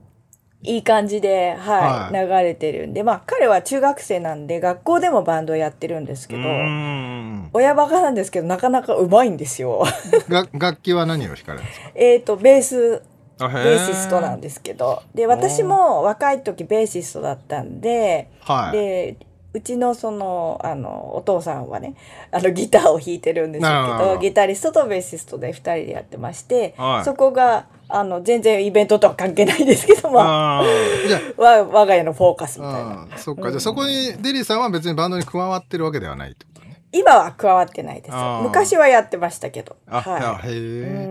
B: いい感じで、はい
C: は
B: 流れてるんでまあ彼は中学生なんで学校でもバンドやってるんですけど。
C: うん
B: 親バカなんですけどなかなかうまいんですよ。
C: が楽器は何を弾かれるんですか
B: えっとベース
C: あへ
B: ベーシストなん
C: で
B: ですけどで私も若い時ベーシストだったんで、
C: はい
B: でうちのそのあのお父さんはねあのギターを弾いてるんですけ
C: なるほど
B: どギタリストとベーシストで2人でやってまして、
C: はい
B: そこがあの全然イベントとは関係ないですけども、わ
C: あーじゃ
B: 我が家のフォーカスみたいな
C: ああーそっか、じゃあそこにデリーさんは別にバンドに加わってるわけではないってことね
B: 今は加わってないです
C: あー
B: 昔はやってましたけど
C: あ、あ
B: は
C: へ
B: い、
C: え、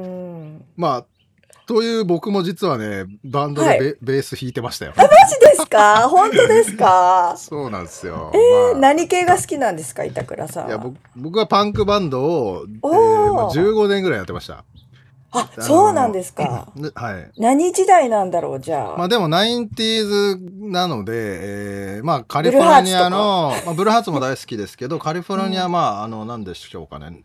B: うん
C: まあという僕も実はねバンドでベ,、
B: は
C: ベース弾いてましたよ
B: マジですか本当です か
C: そうなんですよ、
B: えー、
C: まあ
B: 何系が好きなんですか板倉さん
C: い
B: は
C: や僕僕はパンクバンドを、えー
B: おー
C: もう15年ぐらいやってました
B: あ
C: あの
B: そうなんですか
C: ねはい
B: 何時代なんだろうじゃあ、
C: まあでも 90s なので、えーまあカリフォルニアのまあブルーハーツも大好きですけどカリフォルニアまああの何でしょうかね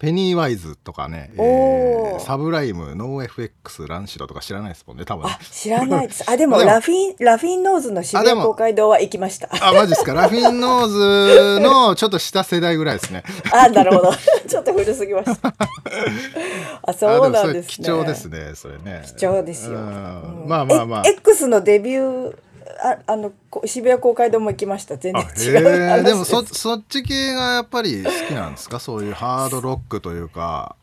C: ペニーワイズとかね、え
B: おー
C: ーサブライム、ノー FX、ランシドとか知らないですもんね、多分ね
B: あ、知らない です。あ、でも、
C: でも
B: ラフィン、ラフィンノーズの渋
C: あ
B: 谷
C: でも
B: 公会堂は行きました。
C: あ、マジですか。ラフィンノーズのちょっと下世代ぐらいですね。
B: あ、なるほど。 ちょっと古すぎま した。あ、そうなんですね。
C: あもそれ貴重ですね、それね。
B: 貴重ですよ。
C: う
B: うんん
C: まあまあまあ。
B: え X のデビュー、ああの、こ渋谷公会堂も行きました。全
C: あ
B: 然
C: へ
B: 違う話
C: え
B: す。
C: でもそそっち系がやっぱり好きなんですかそういうハードロックというか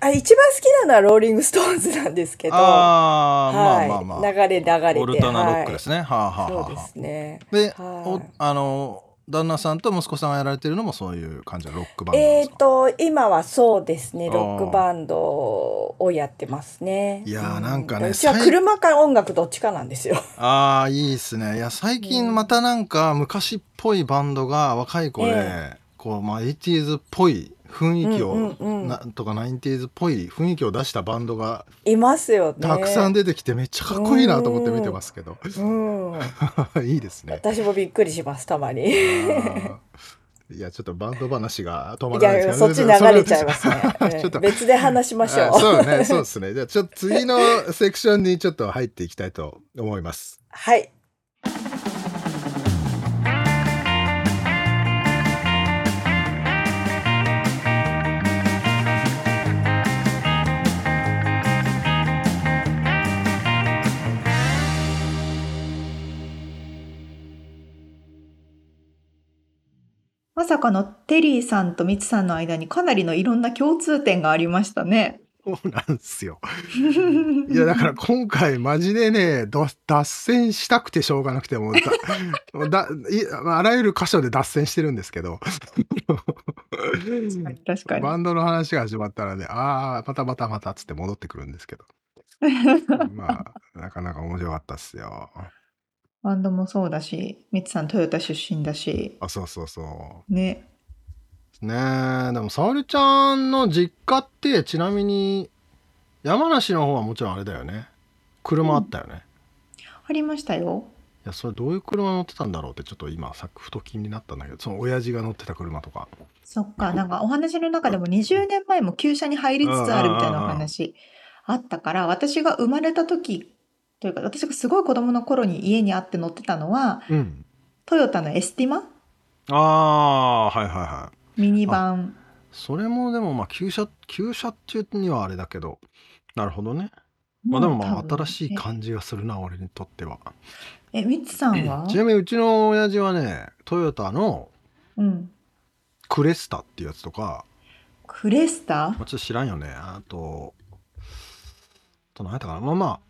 B: あ、一番好きなのはローリングストーンズなんですけど。
C: ああ、
B: はい、
C: まあまあまあ
B: 流れ流れて
C: オルタナロックです
B: ね、
C: ね、はあは
B: はい
C: あはあ
B: そうですね
C: で、
B: はい
C: おあの旦那さんと息子さんがやられてるのもそういう感じのロックバンドなん
B: え
C: で
B: っ、
C: すか、
B: と今はそうですね
C: あー
B: ロックバンドをやってますね
C: いやーなんかね
B: うちは
C: 最
B: 車か音楽どっちかなんですよ
C: ああいいですねいや最近またなんか昔っぽいバンドが若い子で、
B: え
C: こうまあ 80s っぽい雰囲気を、
B: うんうんうん
C: なんとか 90s っぽい雰囲気を出したバンドが
B: いますよね
C: たくさん出てきてめっちゃかっこいいなと思って見てますけど、
B: うん、
C: いいですね
B: 私もびっくりしますたまに
C: あ
B: い
C: ー いやちょっとバンド話が止まらない
B: やそっち流れちゃいますね
C: ちょっと
B: うん別で話しましょ
C: あ
B: う
C: そうね、そうですね。じゃあちょっと次のセクションにちょっと入っていきたいと思います。
B: はい
A: まさかのテリーさんとミツさんの間にかなりのいろんな共通点がありましたね。
C: そうなんですよ。いやだから今回マジでねど脱線したくてしょうがなくてもうだもうだいあらゆる箇所で脱線してるんですけ ど
A: 確かに。
C: バンドの話が始まったらねああまたまたまたっつって戻ってくるんですけどまあなかなか面白かったっすよ。
A: バンドもそうだし、ミツさんトヨタ出身だし、
C: あそうそうそう。
A: ね。
C: ねえでも沙織ちゃんの実家ってちなみに山梨の方はもちろんあれだよね車あったよね、い
A: ありましたよ。
C: やそれどういう車乗ってたんだろうってちょっと今さふと気になったんだけどその親父が乗ってた車とか
A: そっか、なんかお話の中でも20年前も旧車に入りつつあるみたいなお話あったから、私が生まれた時というか、私がすごい子供の頃に家にあって乗ってたのは、
C: うん
A: トヨタのエスティマ
C: ああーはいはいはい
A: ミニバン。
C: それもでもまあ旧車旧車中にはあれだけどなるほどねまあでもまあ新しい
A: か。
C: 感じがするな俺にとっては
A: え、ミツさんは
C: ちなみにうちの親父はねトヨタの
A: うん。
C: クレスタっていうやつとか
A: クレスタ
C: まあ、ちょっと知らんよね。あと、あと何やったかな。まあまあ、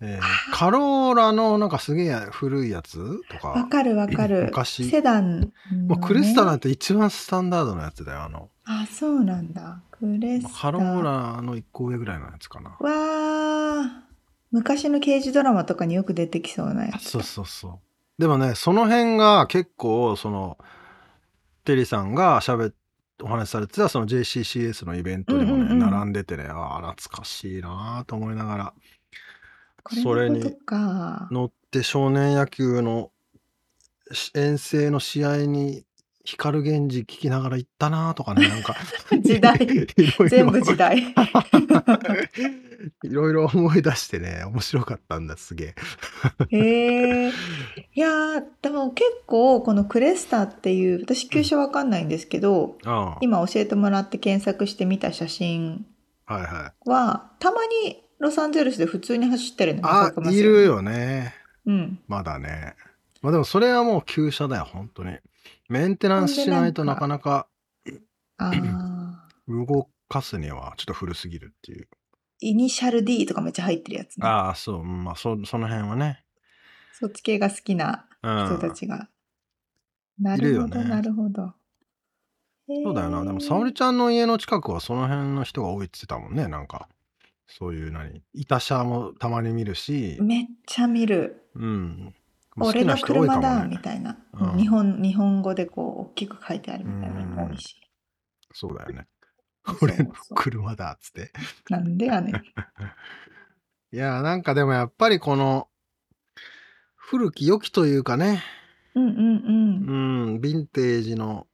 C: えーカローラのなんかすげえ古いやつと
A: わ
C: か、
A: かるわかる。
C: 昔
A: セダンのね
C: まあ、クレスタなんて一番スタンダードのやつだよ。あの、
A: あ、そうなんだ。クレス
C: ま
A: タ。
C: あカローラの一個上ぐらいのやつかな。
A: わあ。昔の刑事ドラマとかによく出てきそうなやつ。
C: そうそうそう。でもね、その辺が結構、その、テリーさんが喋っお話しされてたその JCCS のイベントでもね、
A: うんうんうん
C: 並んでてねああ懐かしいなあと思いながら
A: これ
C: それ
A: の
C: に
A: ことか。
C: 乗って少年野球のし遠征の試合に光源氏聞きながら行ったなと かねなんか
A: 時代
C: いろいろ
A: 全部時代。
C: いろいろ思い出してね面白かったんだすげえ
A: へえ。いやーでも結構このクレスタっていう、私旧車わかんないんですけど、
C: あ
A: 今教えてもらって検索してみた写真
C: あはいはい
A: は、たまにロサンゼルスで普通に走ってるの見
C: あ
A: かけます
C: いる。よね
A: うん。
C: まだねまあでもそれはもう旧車だよ本当にメンテナンスしないとなかなか
A: あ あ。
C: 動かすにはちょっと古すぎるっていう
A: イニシャル D とかめっちゃ入ってるやつね。
C: ああそううんまあそその辺はね
A: そっち系が好きな
C: うん
A: 人たちが。ない
C: る
A: る
C: よ
A: ほ
C: ね
A: ど、なるほど。
C: そうだよな。でも、沙
A: サオ
C: 織
A: リ
C: ちゃんの家の近くはその辺の人が多いって言ってたもんね。なんか、そういう何、いた車もたまに見るし、
A: めっちゃ見る。
C: うん。
A: 俺の車だ、み
C: ね。
A: たいな、
C: うん
A: 日本。日本語でこう、大きく書いてあるみたいなのも多いし。
C: そうだよね。
A: そう
C: 俺
A: そう
C: の車だ、っつって。
A: なんでやねん。
C: いやー、なんかでもやっぱりこの、古き良きというかね、
A: うんうんう。
C: うんん、ヴィンテージの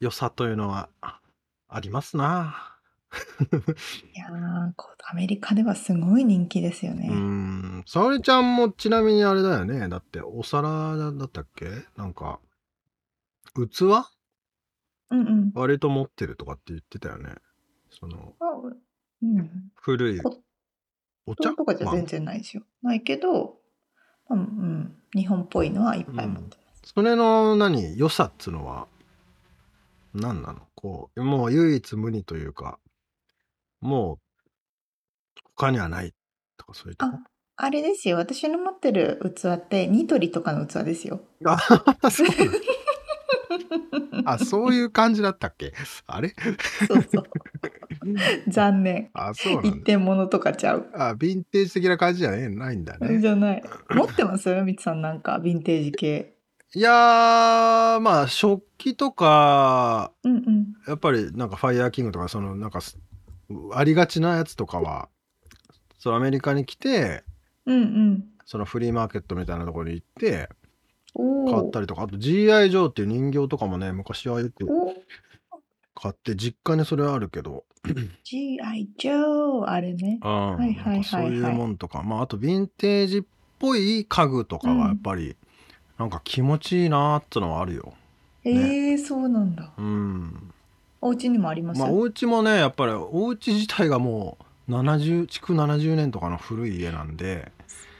C: 良さというのはあありますな。
A: いやーこうアメリカではすごい人気ですよね。
C: うーん。沙織ちゃんもちなみにあれだよね。だって、お皿だったっけなんか、器
A: うんうん。
C: 割と持ってるとかって言ってたよね。その、
A: あうん。
C: 古い
A: お
C: お
A: そ
C: 茶
A: れとかじゃ全然ないですよ。ないけど、まあうん、日本っぽいのはいっぱい持ってます。
C: それの何良さっつのは何なのこうもう唯一無二というかもう他にはないとかそういうとこ
A: あれですよ、私の持ってる器ってニトリとかの器ですよ。
C: あそうなの
E: あ、そういう感じだったっけあれ
A: そうそう。残念。
E: あ、そうなんだ。
A: 一点物とかちゃう。
E: あ、ヴィンテージ的な感じじゃねないんだね。
A: じゃない。持ってますみつさんなんか、ヴィンテージ系。
C: いやーまあ食器とか
A: うんうん。
C: やっぱりなんかファイヤーキングとかそのなんかすありがちなやつとかはそうアメリカに来て
A: うんうん。
C: そのフリーマーケットみたいなところに行って
A: お
C: 買
A: ー
C: ったりとかあと GI ジョーっていう人形とかもね昔はよく
A: お
C: 買って実家にそれあるけど、
A: G.I. Joe! あれね。
C: あ
A: はいはいはいはい
C: そういうもんとか、まあ、あとヴィンテージっぽい家具とかはやっぱり、なんか気持ちいいなーってのはあるよ。
A: ええー、そうなんだ。
C: うん、
A: お家にもあります、
C: まあお家もねやっぱりお家自体がもう70築70年とかの古い家なんで、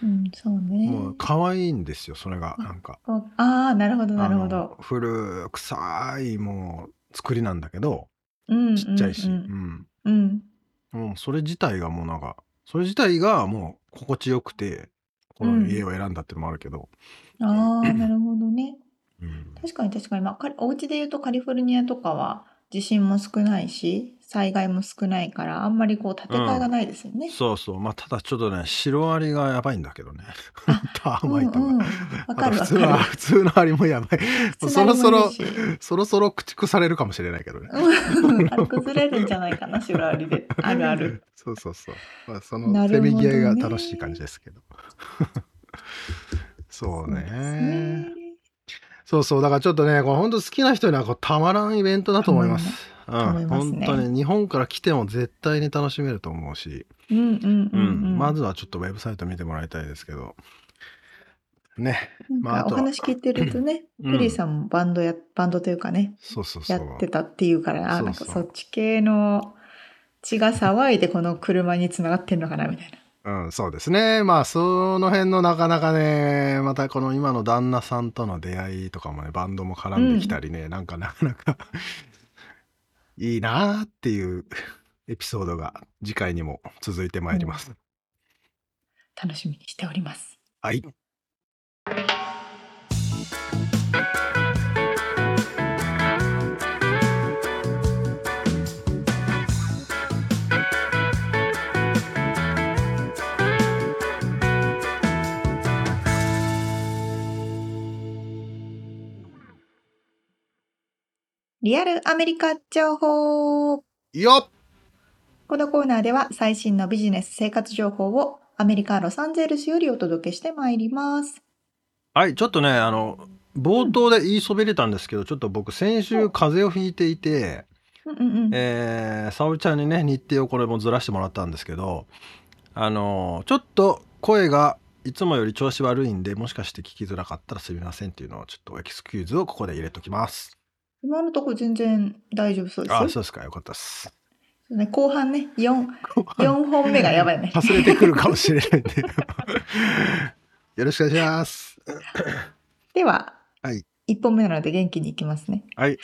A: うん、そうね。
C: もう可愛いんですよそれがなんか。
A: こうああ、なるほど、なるほ
C: あの
A: ど。
C: 古臭いもう作りなんだけど
A: うん
C: ちっちゃいし、
A: う
C: うんん
A: うん。うん
C: もうそれ自体がもうなんかそれ自体がもう心地よくてこの家を選んだっていうのもあるけど、
A: ああ、なるほどね。
C: うん
A: 確かに確かに、まあカリ、お家で言うとカリフォルニアとかは地震も少ないし、災害も少ないから、あんまりこう建て替えがないですよね。
C: そうそうまあただちょっとねシロアリがやばいんだけどねタ ー
A: うん
C: マイトが、
A: うん わか
C: あ
A: る
C: と
A: わか
C: 普通の
A: る。
C: 普通のアリもやばい
A: 普 通
E: そろそ
A: のあれも
E: ろ
A: いいし
E: そろそろ駆逐されるかもしれないけどね。
A: うんあれ崩れるんじゃないかな、シロアリで。あるある。
E: そうそうそう。まあ、そ
A: な
E: の
A: る
E: せ
A: ほど
E: め
A: ね
E: ぎ合いが楽しい感じですけど。 そう
A: そうです
E: ね。
A: ね
E: そうそう。だからちょっとね、これ本当好きな人にはこうたまらんイベントだと思います。うん
A: らんと思います
E: 本
A: ね
E: 当に日本から来ても絶対に楽しめると思うし、
A: うんうんう、
C: うんん
A: うん、
C: まずはちょっとウェブサイト見てもらいたいですけどね
A: なん
C: まああ
A: か
C: と
A: お
C: は
A: 話聞いてるとね、
C: うん
A: クリーさんもバンドや、バンドというかね、
C: そうそうそ
A: や
C: う
A: ってたっていうから、あ
C: そう
A: なんか
C: そう
A: そっち系の血が騒いでこの車に繋がってんのかなみたいな。
E: うん、そうですね。まあ、その辺のなかなかね、またこの今の旦那さんとの出会いとかもね、バンドも絡んできたりね、なんかなかなかいいなーっていうエピソードが次回にも続いてまいります。
A: 楽しみにしております。
E: はい。
A: リアルアメリカ情報こ
E: よっ
A: のコーナーでは最新のビジネス生活情報をアメリカ・ロサンゼルスよりお届けしてまいります。
C: はいちょっとねあの冒頭で言いそびれたんですけどちょっと僕先週風邪をひいていて、
A: うんうんうん。
C: えー、沙織ちゃんにね日程をこれもずらしてもらったんですけどあのーちょっと声がいつもより調子悪いんでもしかして聞きづらかったらすみませんっていうのをちょっとエクスキューズをここで入れときます
A: 今のところ全然大丈夫そうです
C: あ
A: よ。
C: そうですかよかったです
A: そうね後半ね、4、四本目がやば いね。
E: 忘れてくるかもしれないんでよろしくお願いします。
A: では、
E: はい
A: 1本目なので元気にいきますね。
C: はい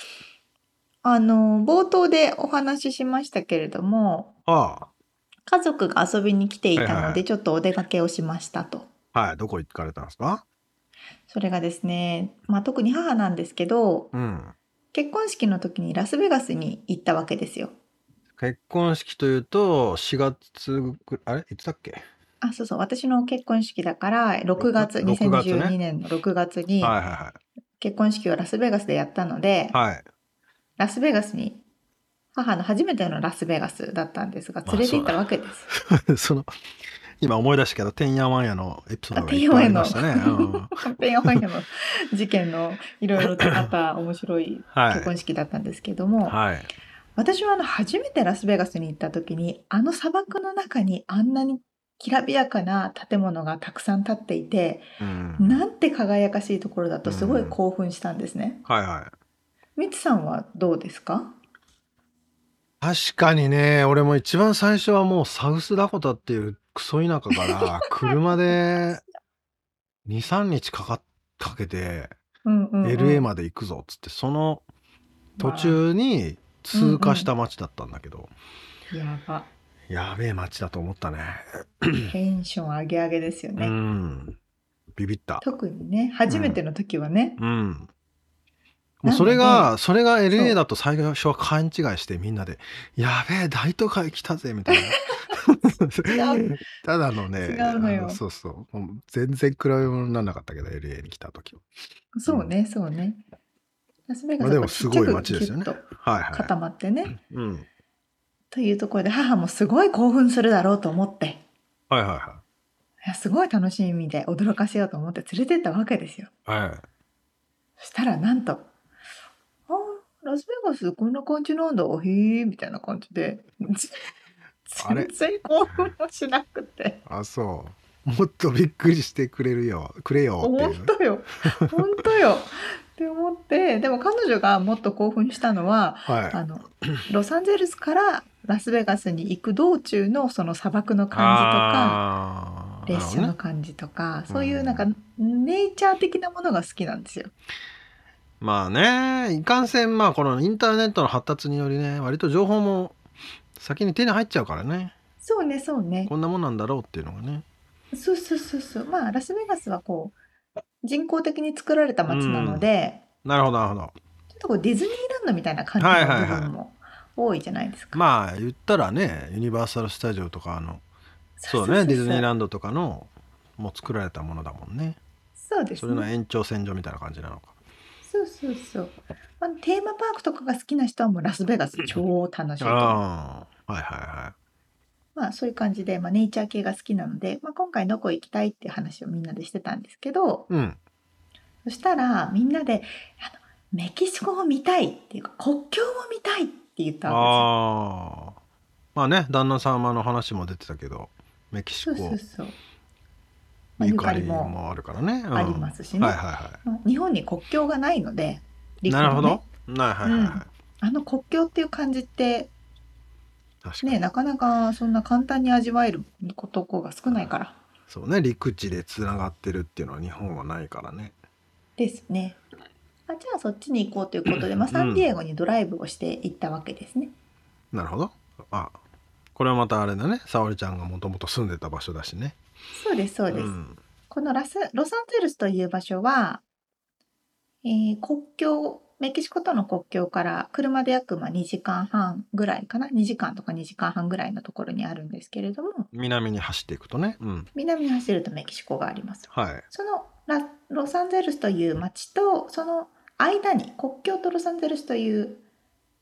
A: あの、冒頭でお話ししましたけれども、
C: あ
A: 家族が遊びに来てい
C: はい
A: た
C: はい
A: の
C: は
A: で、
C: い
A: ちょっとお出かけをしましたと。
C: あはいどこ行かれたんですか
A: それがですね、まあ、特に母なんですけど、
C: うん
A: 結婚式の時にラスベガスに行ったわけですよ。
C: 結婚式というと4月ぐあれいつだっけ
A: あ、そうそう、私の結婚式だから、6月、
C: ろく月ね
A: 2012年の6月に、
C: はいは
A: 結婚式をラスベガスでやったので
C: い、はいはい
A: ラスベガスに、母の初めてのラスベガスだったんですが、
C: まあ
A: 連れて行ったわけです。
C: その今思い出したけど「てんやわんや」のエピソードがいっぱいありましたね。 うん
A: キャンペーンホイヤの事件のいろいろとあった面白い
C: は
A: 結
C: い
A: 婚式だったんですけども、
C: はい
A: 私はあの初めてラスベガスに行った時にあの砂漠の中にあんなにきらびやかな建物がたくさん建っていて
F: うん
A: なんて輝かしいところだとすごい興奮したんですね。
C: はいはい
A: みつさんはどうですか
C: 確かにね俺も一番最初はもうサウスダコタっていうクソ田舎から 車で23日かかっかけて
A: うんうんうん
C: LA まで行くぞっつってその途中に通過した街だったんだけど、
A: やば
C: やべえ街だと思ったね
A: テンション上げ上げですよ
C: う
A: ね、
C: んビビった
A: 特にね初めての時はね、
C: うん
A: なの
C: もう
A: で
C: それがそれが
A: そう
C: LA だと最初は勘違いしてみんなで「やべえ大都会来たぜ」みたいな
A: 違う
C: ただのね
A: 違うのよ
C: あそうそうもう全然比べ物にならなかったけど LA に来た時は
A: そうねそうねラスベガス
C: まあで
A: は
C: もすごい街ですよね
A: ちっちゃくキュッ
C: はい
A: と
C: は
A: 固まってね、
C: い、うん、
A: というところで母もすごい興奮するだろうと思ってい
C: はいは
A: やすごい楽しみで驚かせようと思って連れてったわけですよ
C: いはいはい
A: そしたらなんと「あーラスベガスこんな感じなんだへえ」みたいな感じで
C: あれ
A: 全然興奮もしなくて。
C: あそうもっとびっくりしてくれるよくれよっていう
A: 本当よ本当よって思ってでも彼女がもっと興奮したのは
C: はい
A: あのロサンゼルスからラスベガスに行く道中のその砂漠の感
C: あー
A: じとか列車
C: なるほど
A: の
C: ね
A: 感じとか、そういううんなんかネイチャー的なものが好きなんですよ。
C: まあねいかんせんまあこのインターネットの発達によりね割と情報も先に手に入っちゃうからね
A: そうねそうね
C: こんなもんなんだろうっていうのがね
A: そうそうそうそうまあラスベガスはこう人工的に作られた街なので、
C: なるほどなるほど
A: ちょっとこうディズニーランドみたいな感じ
C: はいは
A: の
C: いはい
A: 部分も多いじゃないですか。
C: まあ言ったらねユニバーサル・スタジオとかあのそうねディズニー
A: ンド
C: ランドとかのもう作られたものだもんね
A: そうです
C: それの延長線上みたいな感じなのか
A: そうそうそう。あのテーマパークとかが好きな人はもうラスベガス超楽しいと思う。
C: ああはいはいはい
A: まあそういう感じで、まあ、ネイチャー系が好きなので、まあ、今回どこ行きたいっていう話をみんなでしてたんですけど
C: うん
A: そしたらみんなであの「メキシコを見たい」っていうか「国境を見たい」って言ったわ
C: ああまあね旦那様の話も出てたけどメキシ
A: けですよ。そ
C: コ
A: うそうそう。まあ、
C: ゆ
A: ゆ
C: か
A: か
C: り
A: りも
C: もあるからね、うん
A: ありますしね。
C: はいはいはい
A: まあ日本に国境がないので陸
C: なる
A: の
C: ほ
A: ね
C: ど。はいはいはいはい。
A: うんあの国境っていう感じって
C: 確かに、
A: ねなかなかそんな簡単に味わえることが少ないから
C: そうね陸地でつながってるっていうのは日本はないからね。
A: ですね。あじゃあそっちに行こうということで、まあ、
C: うん
A: サンディエゴにドライブをしていったわけですね。
C: なるほど。あこれはまたあれだね沙織ちゃんがもともと住んでた場所だしね。
A: そうですそうです。
C: ん、
A: このラスロサンゼルスという場所は、えー国境メキシコとの国境から車で約まあ2時間半ぐらいかな2時間とか2時間半ぐらいのところにあるんですけれども
C: 南に走っていくとね。うん、
A: 南に走るとメキシコがあります。
C: はい。
A: そのラロサンゼルスという町とその間に国境とロサンゼルスという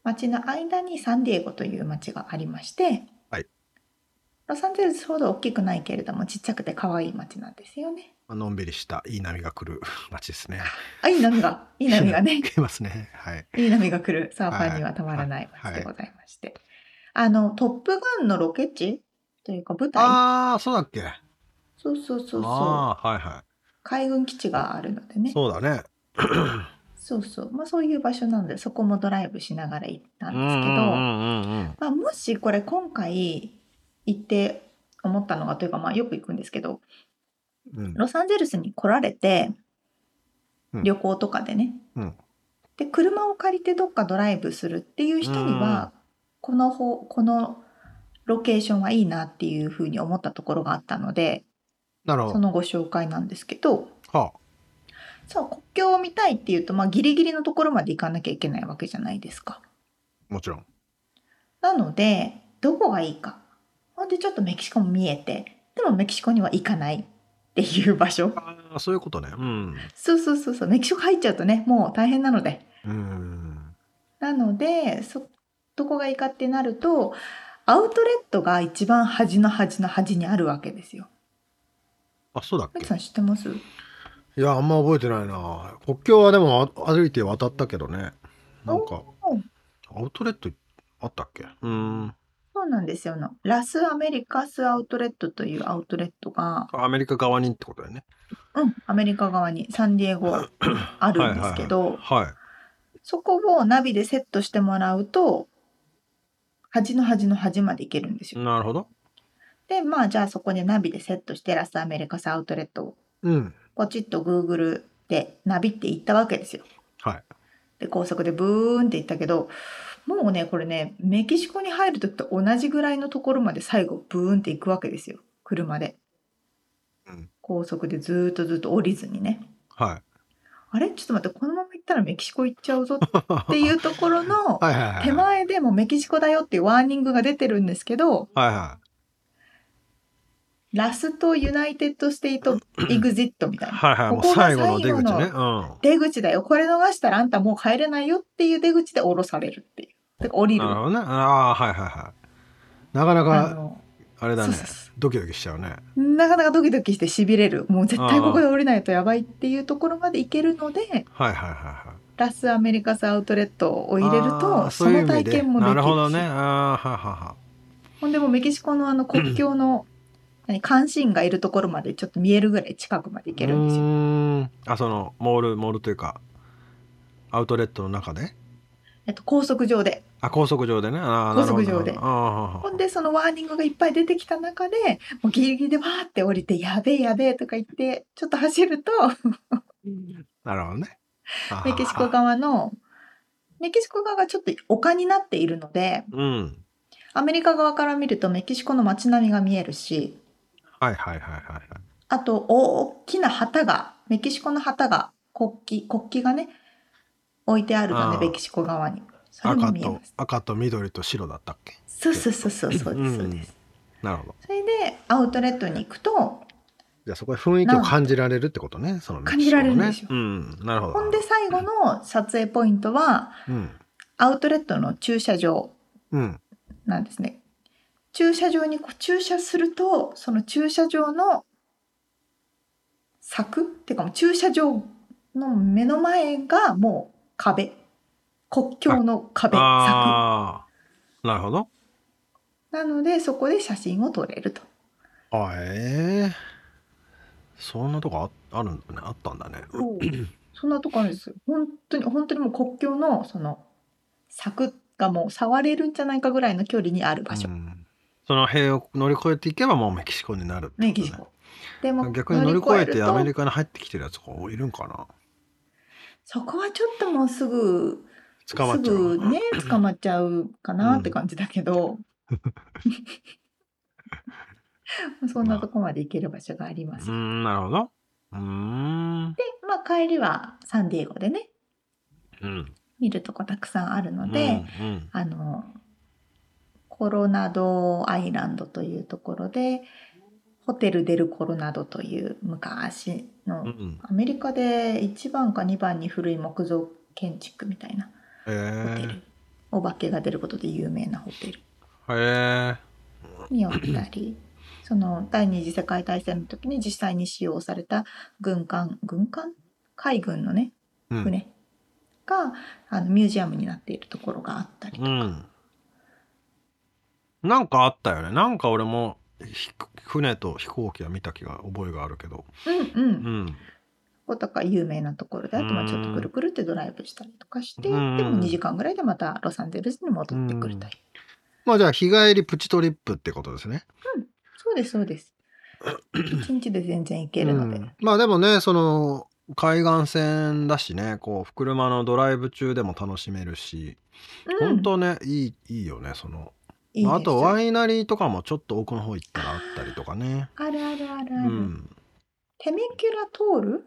A: 町の間にサンディエゴという町がありまして、
C: はい
A: ロサンゼルスほど大きくないけれどもちっちゃくて可愛い町なんですよね。
C: まあのんびりしたいい波が来る 街ですね。
A: あいい波がいい波が ね
C: 来ますね。はい。
A: いい波が来るサーファーにはたまらない
C: はい
A: 町でございまして、あの「トップガン」のロケ地というか舞台
C: ああそうだっけ。
A: そうそうそうそう
C: ああはいは
A: 海軍基地があるので
C: い。
A: ね
C: そうだね。
A: そうそうまあそういう場所なのでそこもドライブしながら行ったん
C: う
A: で
C: んう
A: すけど、
C: んうんうん。
A: まあ、もしこれ今回行って思ったのがというか、まあ、よく行くんですけど
C: うん
A: ロサンゼルスに来られて
C: うん
A: 旅行とかでね、
C: うん
A: で車を借りてどっかドライブするっていう人には、この方このロケーションはいいなっていうふうに思ったところがあったので
C: なるほ
A: そ
C: ど。
A: のご紹介なんですけど
C: は
A: そう国境を見たいっていうと、まあ、ギリギリのところまで行かなきゃいけないわけじゃないですか。
C: あもちろん。
A: なのでどこがいいかほんでちょっとメキシコも見えてでもメキシコには行かないっていう場所
C: ああそういうことね。うん
A: そうそうそうそうメキシコ入っちゃうとねもう大変なので
C: うん。
A: なのでそどこがいいかってなるとアウトレットが一番端の端の端にあるわけですよ。
C: あそうだっ
A: め
C: け
A: つ。さん知ってます
C: いやあんま覚えてないな国境はでもあ歩いて渡ったけどねなんか
A: おー
C: アウトレット
G: あったっけ
C: うーん
A: そうなんですよあの。ラスアメリカスアウトレットというアウトレットが、
C: アメリカ側にってことだよね
A: うん、アメリカ側にサンディエゴあるんですけど、
C: はい
A: そこをナビでセットしてもらうと、端の端の端まで行けるんですよ。
C: なるほど
A: で、まあじゃあそこでナビでセットしてラスアメリカスアウトレットを
C: うん
A: ポチッと Google でナビって行ったわけですよ。
C: はい
A: で高速でブーンって行ったけどもうねこれねメキシコに入る時と同じぐらいのところまで最後ブーンって行くわけですよ車で、
C: うん
A: 高速でずーっとずーっと降りずにね
C: はい
A: あれちょっと待ってこのまま行ったらメキシコ行っちゃうぞっていうところの
C: はいはいはい
A: 手前でもうメキシコだよっていうワーニングが出てるんですけど
C: はいは
A: ラストユナイテッド・ステイト・エグジットみたい
C: い
A: な
C: はいはいも
A: こ
C: う
A: こが
C: 最後の出口
A: 最後
C: ね
A: の
C: うん
A: 出口だよこれ逃したらあんたもう帰れないよっていう出口で降ろされるっていうてか降りる
C: なるほどねああーはいはいはいなかな
A: あ
C: か
A: の
C: あれだ
A: そう
C: ね
A: そうそう
C: ドキドキしちゃうね
A: なかなかドキドキしてしびれるもう絶対ここで降りないとやばいっていうところまで行けるので
C: はいはいはいはい
A: ラスアメリカスアウトレットを入れる
C: あー
A: と
C: そう
A: そ
C: いう意
A: の
C: 味で
A: 体験もでき
C: な
A: る
C: るほど
A: し
C: ねあーははは
A: ほんでもうメキシコのあの国境の何関心がいるところまでちょっと見えるぐらい近くまで行けるんです
C: う
A: よ。
C: ーんあそのモールモールというかアウトレットの中で
A: えっと、高速上で
C: あ高速上でねあーなるほど
A: 高速上で
C: なるほどあー
A: ほんでそのワーニングがいっぱい出てきた中でもうギリギリでわーって降りて「やべえやべえ」とか言ってちょっと走ると
C: なるほどねあー
A: メキシコ側のメキシコ側がちょっと丘になっているので
C: うん
A: アメリカ側から見るとメキシコの街並みが見えるし
C: はいはいはいはいはい
A: あと大きな旗がメキシコの旗が国旗国旗がね置いてあるの
C: あー
A: でメキシコ側にそれも
C: 赤
A: 見え
C: と
A: ます
C: 赤と緑と白だったっけ
A: そうそうそうそうそうですそうです、
C: なるほど
A: それでアウトレットに行くと
C: じゃあそこで雰囲気を感じられるってことねそのメキシコ
A: 感じら
C: のね
A: れるんですよ
C: うんなるほど
A: ほんで最後の撮影ポイントは
C: うん
A: アウトレットの駐車場
C: うん
A: なんですね。駐車場にこう駐車するとその駐車場の柵っていうかもう駐車場の目の前がもう壁国境の壁柵
C: ああなるほど
A: なのでそこで写真を撮れると
C: あええそんなとこああるんだねあったんだね
A: そんなとこあるんですよ本当に本当にもう国境のその柵がもう触れるんじゃないかぐらいの距離にある場所、
C: うんその塀を乗り越えていけばもうメキシコになるってことね
A: メキシコでも
C: 逆に乗り越えてアメ
A: カ
C: リカに入ってきてるやつがいるんかな
A: そこはちょっともうすぐ
C: 捕まっちゃう
A: すぐね捕まっちゃうかなって感じだけど、 そんなとこまで行ける場所がありま
C: う
A: す、
C: ーんなるほどうーん
A: まあ帰りはサンディエゴでね
C: うん
A: 見るとこたくさんあるの
C: う
A: で、
C: んうん
A: あのコロナドアイランドというところでホテル・デル・コロナドという昔
C: う
A: の
C: ん
A: アメリカで1番か2番に古い木造建築みたいなホ
C: へ
A: テル、
C: え
A: お化けが出ることで有名なホテル
C: へえ
A: によった りその第二次世界大戦の時に実際に使用された軍艦軍艦海軍のね
C: うん
A: 船が、あのミュージアムになっているところがあったりと
C: う
A: か、
C: んなんかあったよねなんか俺もひ船と飛行機は見た気が覚えがあるけど
A: うんうん
C: う
A: こ
C: ん
A: ことか有名なところであとまあちょっとくるくるってドライブしたりとかして、
C: うん
A: でも2時間ぐらいでまたロサンゼルスに戻ってくるという、
C: まあじゃあ日帰りプチトリップってことですね
A: そうですそうです1日で全然行けるので、
C: うんまあでもねその海岸線だしねこう車のドライブ中でも楽しめるし、
A: うん
C: ほんとねいいいいよねその
A: いいです
C: まあ、あとワイナリーとかもちょっと奥の方行ったらあったりとかね
A: あるあるある
C: う
A: ある、
C: ん
A: テメキュラトール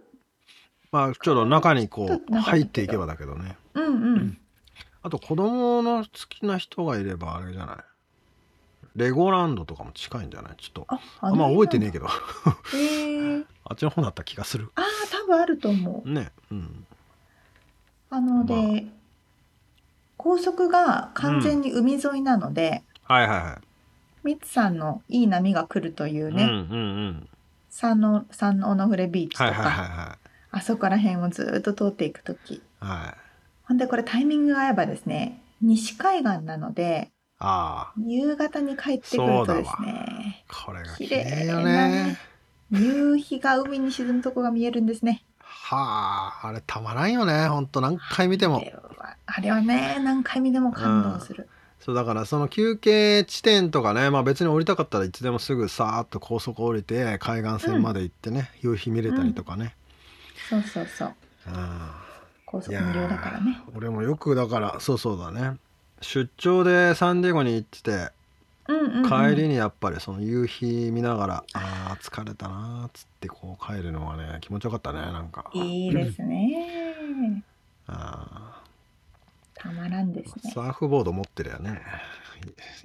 C: まあちょっと中に
A: ちょ
C: こ
A: っと
C: う
A: 中
C: 入
A: に
C: っていけばだけどね
A: うんうん
C: あと子供の好きな人がいればあれじゃないレゴランドとかも近いんじゃないちょっと
A: あ
C: あ
A: あ
C: んま覚えてね
A: ね
C: えけど
A: えー、
C: あっちの方だった気がする
A: ああ多分あると思う。
C: ねうん
A: あので、
C: ま
A: 高速が完全に海沿いなので、
C: はいはいは
A: ミツさんのいい波が来るという
C: い、
A: ね、
C: うんうんうん
A: 三の三の尾の船ビーチとか、
C: はいはいは
A: あそこら辺をずーっと通っていくとき。
C: いはいはい
A: ほんでこれタイミングが合えばですね、西海岸なので、
C: ああ
A: 夕方に帰ってくるとですね、
C: これが綺
A: 綺
C: 麗
A: 麗
C: よ
A: な
C: ね
A: ね。夕日が海に沈むとこが見えるんですね。
C: はああれたまらんよねほんと何回見て
A: あ
C: も
A: れはあれはね、何回見ても感動する。
C: そうだからその休憩地点とかね、まあ、別に降りたかったらいつでもすぐさーっと高速降りて海岸線まで行ってね、夕日見れたりとかね、
A: そうそうそう。
C: あ
A: 高
C: ーい
A: 速
C: や
A: 無料だからね。
C: ー俺もよくだからそうそうだね出張でサンディエゴに行ってて
A: うんうん、うん。
C: 帰りにやっぱりその夕日見ながら、あー疲れたなーっつってこう帰るのはね気持ちよかったねなんか
A: いいですね。
C: あ
A: たまらんです
C: ー
A: ね。
C: サーフボード持ってりゃね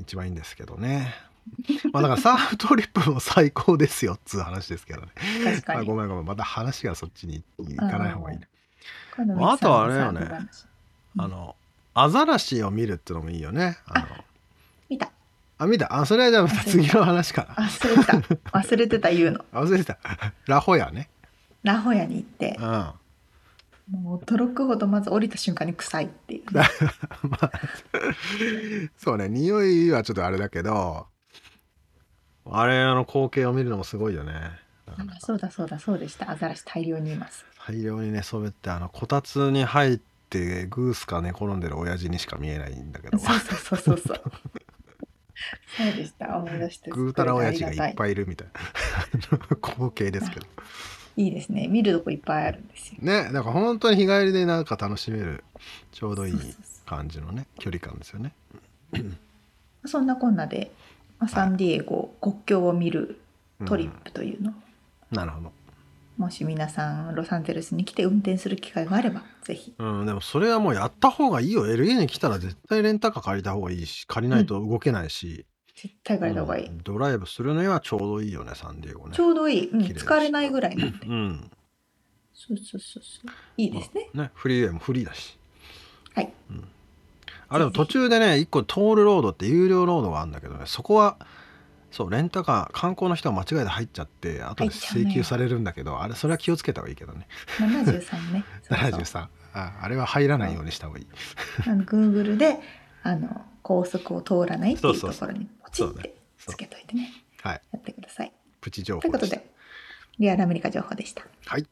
C: い一番いいんですけどねまあだからサーフトリップも最高ですよっつう話ですけどね
A: 確か
C: あ
A: に。
C: ごめんごめんまた話がそっちに行かない方がいいな、
A: 今度
C: まああとはあれよね
A: ミキさんのサーブ話
C: あのアザラシを見るってのもいいよねあの
A: 見た。
C: あ見たあそれはじゃあまた次の話か
A: 忘れてた。忘れてた言うの。
C: な忘れてたラホヤね
A: ラホヤに行って
C: うん、ま
A: もう驚くほどまず降りた瞬間に臭いって いう。
C: あそうね匂いはちょっとあれだけどあれあの光景を見るのもすごいよねなかな
A: あ
C: か
A: そうだそうだそうでした。アザラシ大量にいます。
C: 大量に寝そべってあのこたつに入ってグースか寝転んでる親父にしか見えないんだけど
A: そうそうそうそう そう。そうでした。思い出して。
C: ぐうたら親父が
A: ありがた
C: いっぱいいるみたいな光景ですけど
A: い。いいですね。見るとこいっぱいあるんですよ。
C: ねだから本当に日帰りでなんか楽しめるちょうどいい
A: そうそうそ
C: 感じのね距離感ですよね
A: うそんなこんなで、まあ、サンディエゴ国境を見るトリップというのを、
C: なるほど
A: もし皆さんロサンゼルスに来て運転する機会があればぜひ
C: うんでもそれはもうやった方がいいよ LA に来たら絶対レンタカー借りた方がいいし借りないと動けないし、
A: 絶対行かれた方がいい、
C: うんドライブするにはちょうどいいよねサンディエゴね
A: ちょうどいい、うん、
C: 綺麗です
A: 疲れないぐらいなんで
C: うん
A: そうそうそうそういいですね、
C: ねフリーウェイもフリーだし
A: はい
C: あでも途中でね一個トールロードって有料ロードがあるんだけどねそこはそうレンタカー観光の人が間違えて入っちゃって後で請求されるんだけど、あれそれは気をつけた方がいいけどね
A: 73ね そうそう
C: 73ああれは入らないようにした方がいい、
A: あの Google であの高速を通らないっていう
C: そう
A: とこ
C: そう
A: ろにポチっ
C: そうね
A: て
C: そう
A: つけといてね
C: はい
A: やってください
C: プチ情
A: とい
C: 報
A: うこと
C: した
A: でリアルアメリカ情報でした
C: はい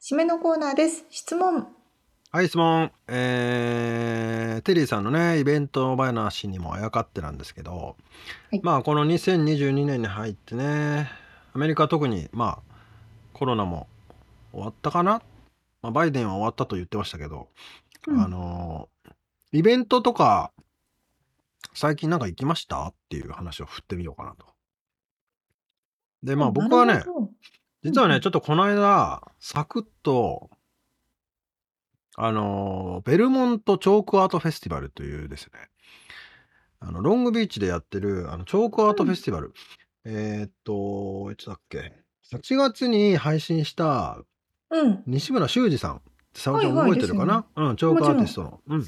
A: 締めのコーナーです質問
C: はい質問えーテリーさんのねイベント話にもあやかってなんですけど、
A: はい
C: まあこの2022年に入ってねアメリカは特にまあコロナも終わったかな、まあ、バイデンは終わったと言ってましたけど、
A: うん
C: あのイベントとか最近なんか行きましたっていう話を振ってみようかなと。でまあ僕はね、
A: なるほど
C: 実は
A: う
C: ね、
A: ん
C: ちょっとこの間、サクッと、あのー、ベルモントチョークアートフェスティバルというですね、あの、ロングビーチでやってる、あの、チョークアートフェスティバル。えーっと、いつだっけ、8月に配信した
A: うん
C: 西村修二さん、さおちゃん
A: はいはい
C: 覚えてるかな、うん、チョークアーティストの。うん。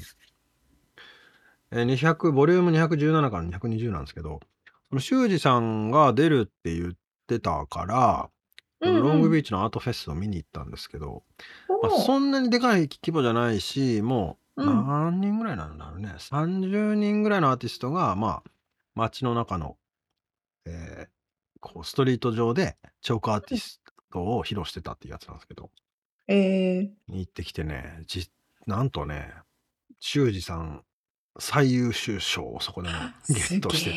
C: えー200、ボリューム217から220なんですけど、その修二さんが出るって言ってたか
A: うんう
C: ら、
A: ん
C: ロングビーチのアートフェスを見に行ったんですけど、まあ
A: おー
C: そんなにでかい規模じゃないしもう
A: うん
C: 何人ぐらいなんだろうね、30人ぐらいのアーティストがまあ街の中の、えーこうストリート上でチョークアーティストを披露してたっていうやつなんですけど
A: えー、
C: 行ってきてねじなんとね修二さん最優秀賞をそこでねゲットしてて、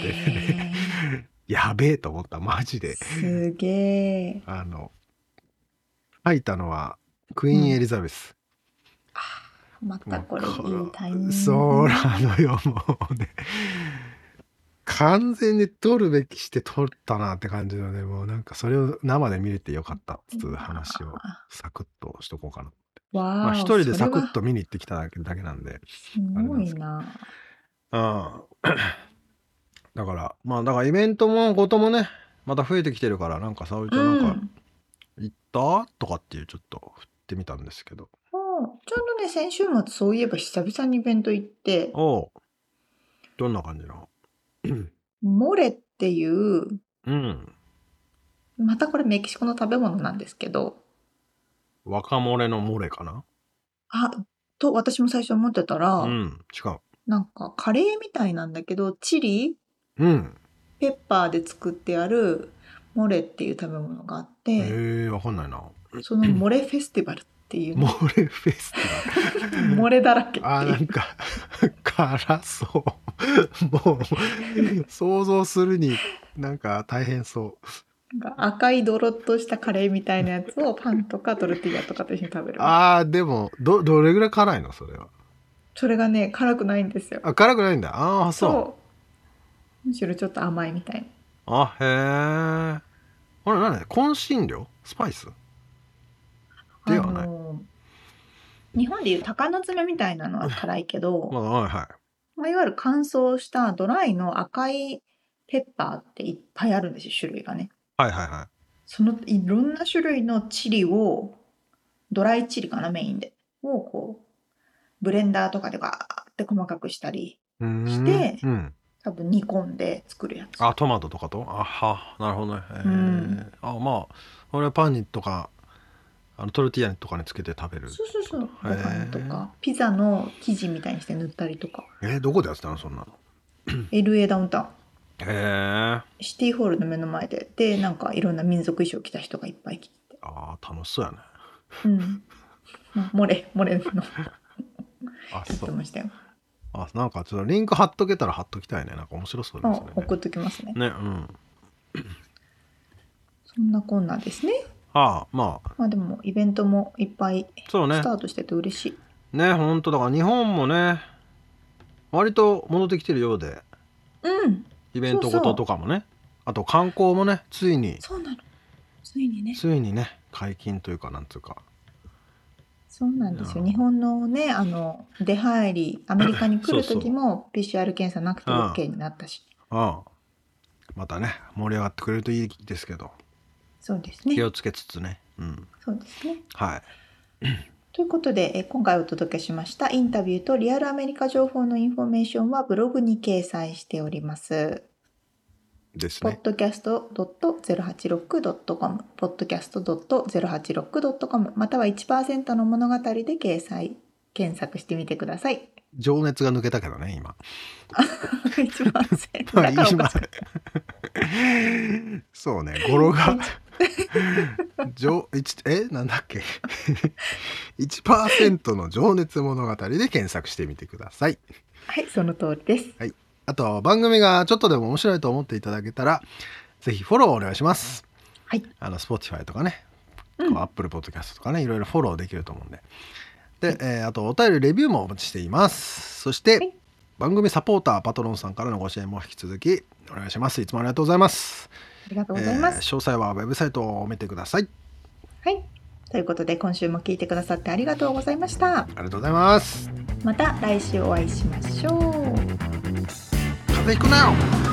C: ね、やべえと思ったマジです
A: げえ。
C: あの、書いたのは、クイーン・エリザベス。
A: またこれい
C: も
A: いう
C: こ
A: タイミング。
C: そうなのよ、もうね。完全に取るべきして取ったなって感じのね、もうなんかそれを生で見れてよかったっつう話をサクッとしとこうかな。
A: わー
C: まあ一人でサクッ
A: そ
C: と見に行ってきただけだけなんで。
A: れはすごいな。
C: うん。だから、まあだからイベントもこともね、また増えてきてるから、なんか沙織ちゃんなんか、
A: ん。
C: 行ったとかっていうちょっとってみたんですけど
A: もうちょうどね、先週末、そういえば久々にイベント行って、
C: おうどんな感じなの
A: モレっていう、
C: うん
A: またこれメキシコの食べ物なんですけど、
C: 若漏れの漏れかな
A: あ、と私も最初思ってたら、
C: うん違う
A: なんかカレーみたいなんだけど、チリ、
C: うん
A: ペッパーで作ってあるモレっていう食べ物があっ
C: へえ
A: て、
C: わかんないな
A: そのモレフェスティバルっていうの、
C: 漏れフェスティバル
A: モレだらけって
H: あー
A: い
H: なん
A: う。
H: か辛そう もう想像するになんか大変そ
A: なんか赤いドロッとしたカレーみたいなやつをパンとかトルティーヤとかと一緒に食べ
H: う
A: る。
H: あーでもどどれぐらい辛いのそれは
A: それがね、辛くないんですよ。
H: あ辛くないんだああそう
A: むしろちょっと甘いみたいな。
C: あへえあれ何香辛料スパイスではない
A: あの日本でいう鷹の爪みたいなのは辛いけど、
C: まあはいはい
A: まあ、いわゆる乾燥したドライの赤いペッパーっていっぱいあるんですよ種類がね
C: はいはいはい
A: そのいろんな種類のチリをドライチリかなメインでをこうブレンダーとかでガーって細かくしたり
C: うーん
A: して
C: うん、
A: 多分煮込んで作るやつ
C: あトマトとかとあはなるほどね、えー
A: うん
C: あまあ俺はパンにとかあのトルティーヤとかにつけて食べる
A: そうそうそう
C: へ
A: ご
C: ー
A: 飯とかピザの生地みたいにして塗ったりとか
C: えーどこでやってたのそんなの
A: LA ダウンタウン
C: へえ
A: シティホールの目の前ででなんかいろんな民族衣装着た人がいっぱい来て
C: あー楽しそうやね
A: うんまあ漏れ漏れの
C: あ
A: やっ
C: そ
A: て
C: う
A: ましたよ、
C: あなんかちょっとリンク貼っとけたら貼っときたいねなんか面白そう
A: ま
C: で
A: あ
C: すね
A: 送っときますね
C: ねうん
A: そんなこんなですね
C: ああまあ
A: まあでもイベントもいっぱい
C: そうね
A: スタートしてて嬉しい、
C: ね本当だから日本もね割と戻ってきてるようで
A: うん
C: イベント
A: そう
C: ご
A: そ
C: と
A: う
C: とかもねあと観光もねついに
A: そうなのついにね
C: ついにね解禁というかなんつうか
A: そうなんです
C: う
A: よ
C: ん
A: 日本のねあの出入りアメリカに来る
C: そうそう
A: 時も PCR 検査なくて
C: うん
A: OK になったし
C: ああまたね盛り上がってくれるといいですけど
A: そうですね
C: 気をつけつつねうん
A: そうですね
C: はい
A: ということで、えー今回お届けしましたインタビューとリアルアメリカ情報のインフォメーションはブログに掲載しております。
C: ですね
A: podcast.086.com、podcast.086.com、または1%の物語で掲載、検索してみてくださ い。
C: 情熱が抜けたけどね今
A: 1%
C: ま
A: だ
C: あ
A: からお
C: 今
A: かしく
C: そうね語呂が情一えなんだっけ1%の情熱物語で検索してみてください
A: はい、その通りです。
C: あと番組がちょっとでも面白いと思っていただけたらぜひフォローお願いします
A: はい
C: あの Spotify とかね、
A: うん
C: アップルポッドキャストとかねいろいろフォローできると思うんでで、えーあとお便りレビューもお待ちしていますそして、
A: はい
C: 番組サポーターパトロンさんからのご支援も引き続きお願いしますいつもありがとうございます
A: ありがとうございま
C: えー
A: す。
C: 詳細はウェブサイトを見てください
A: はい。ということで、今週も聞いてくださってありがとうございました
C: あ。りがとうございます
A: また来週お会いしましょう。
C: 風邪ひくなよ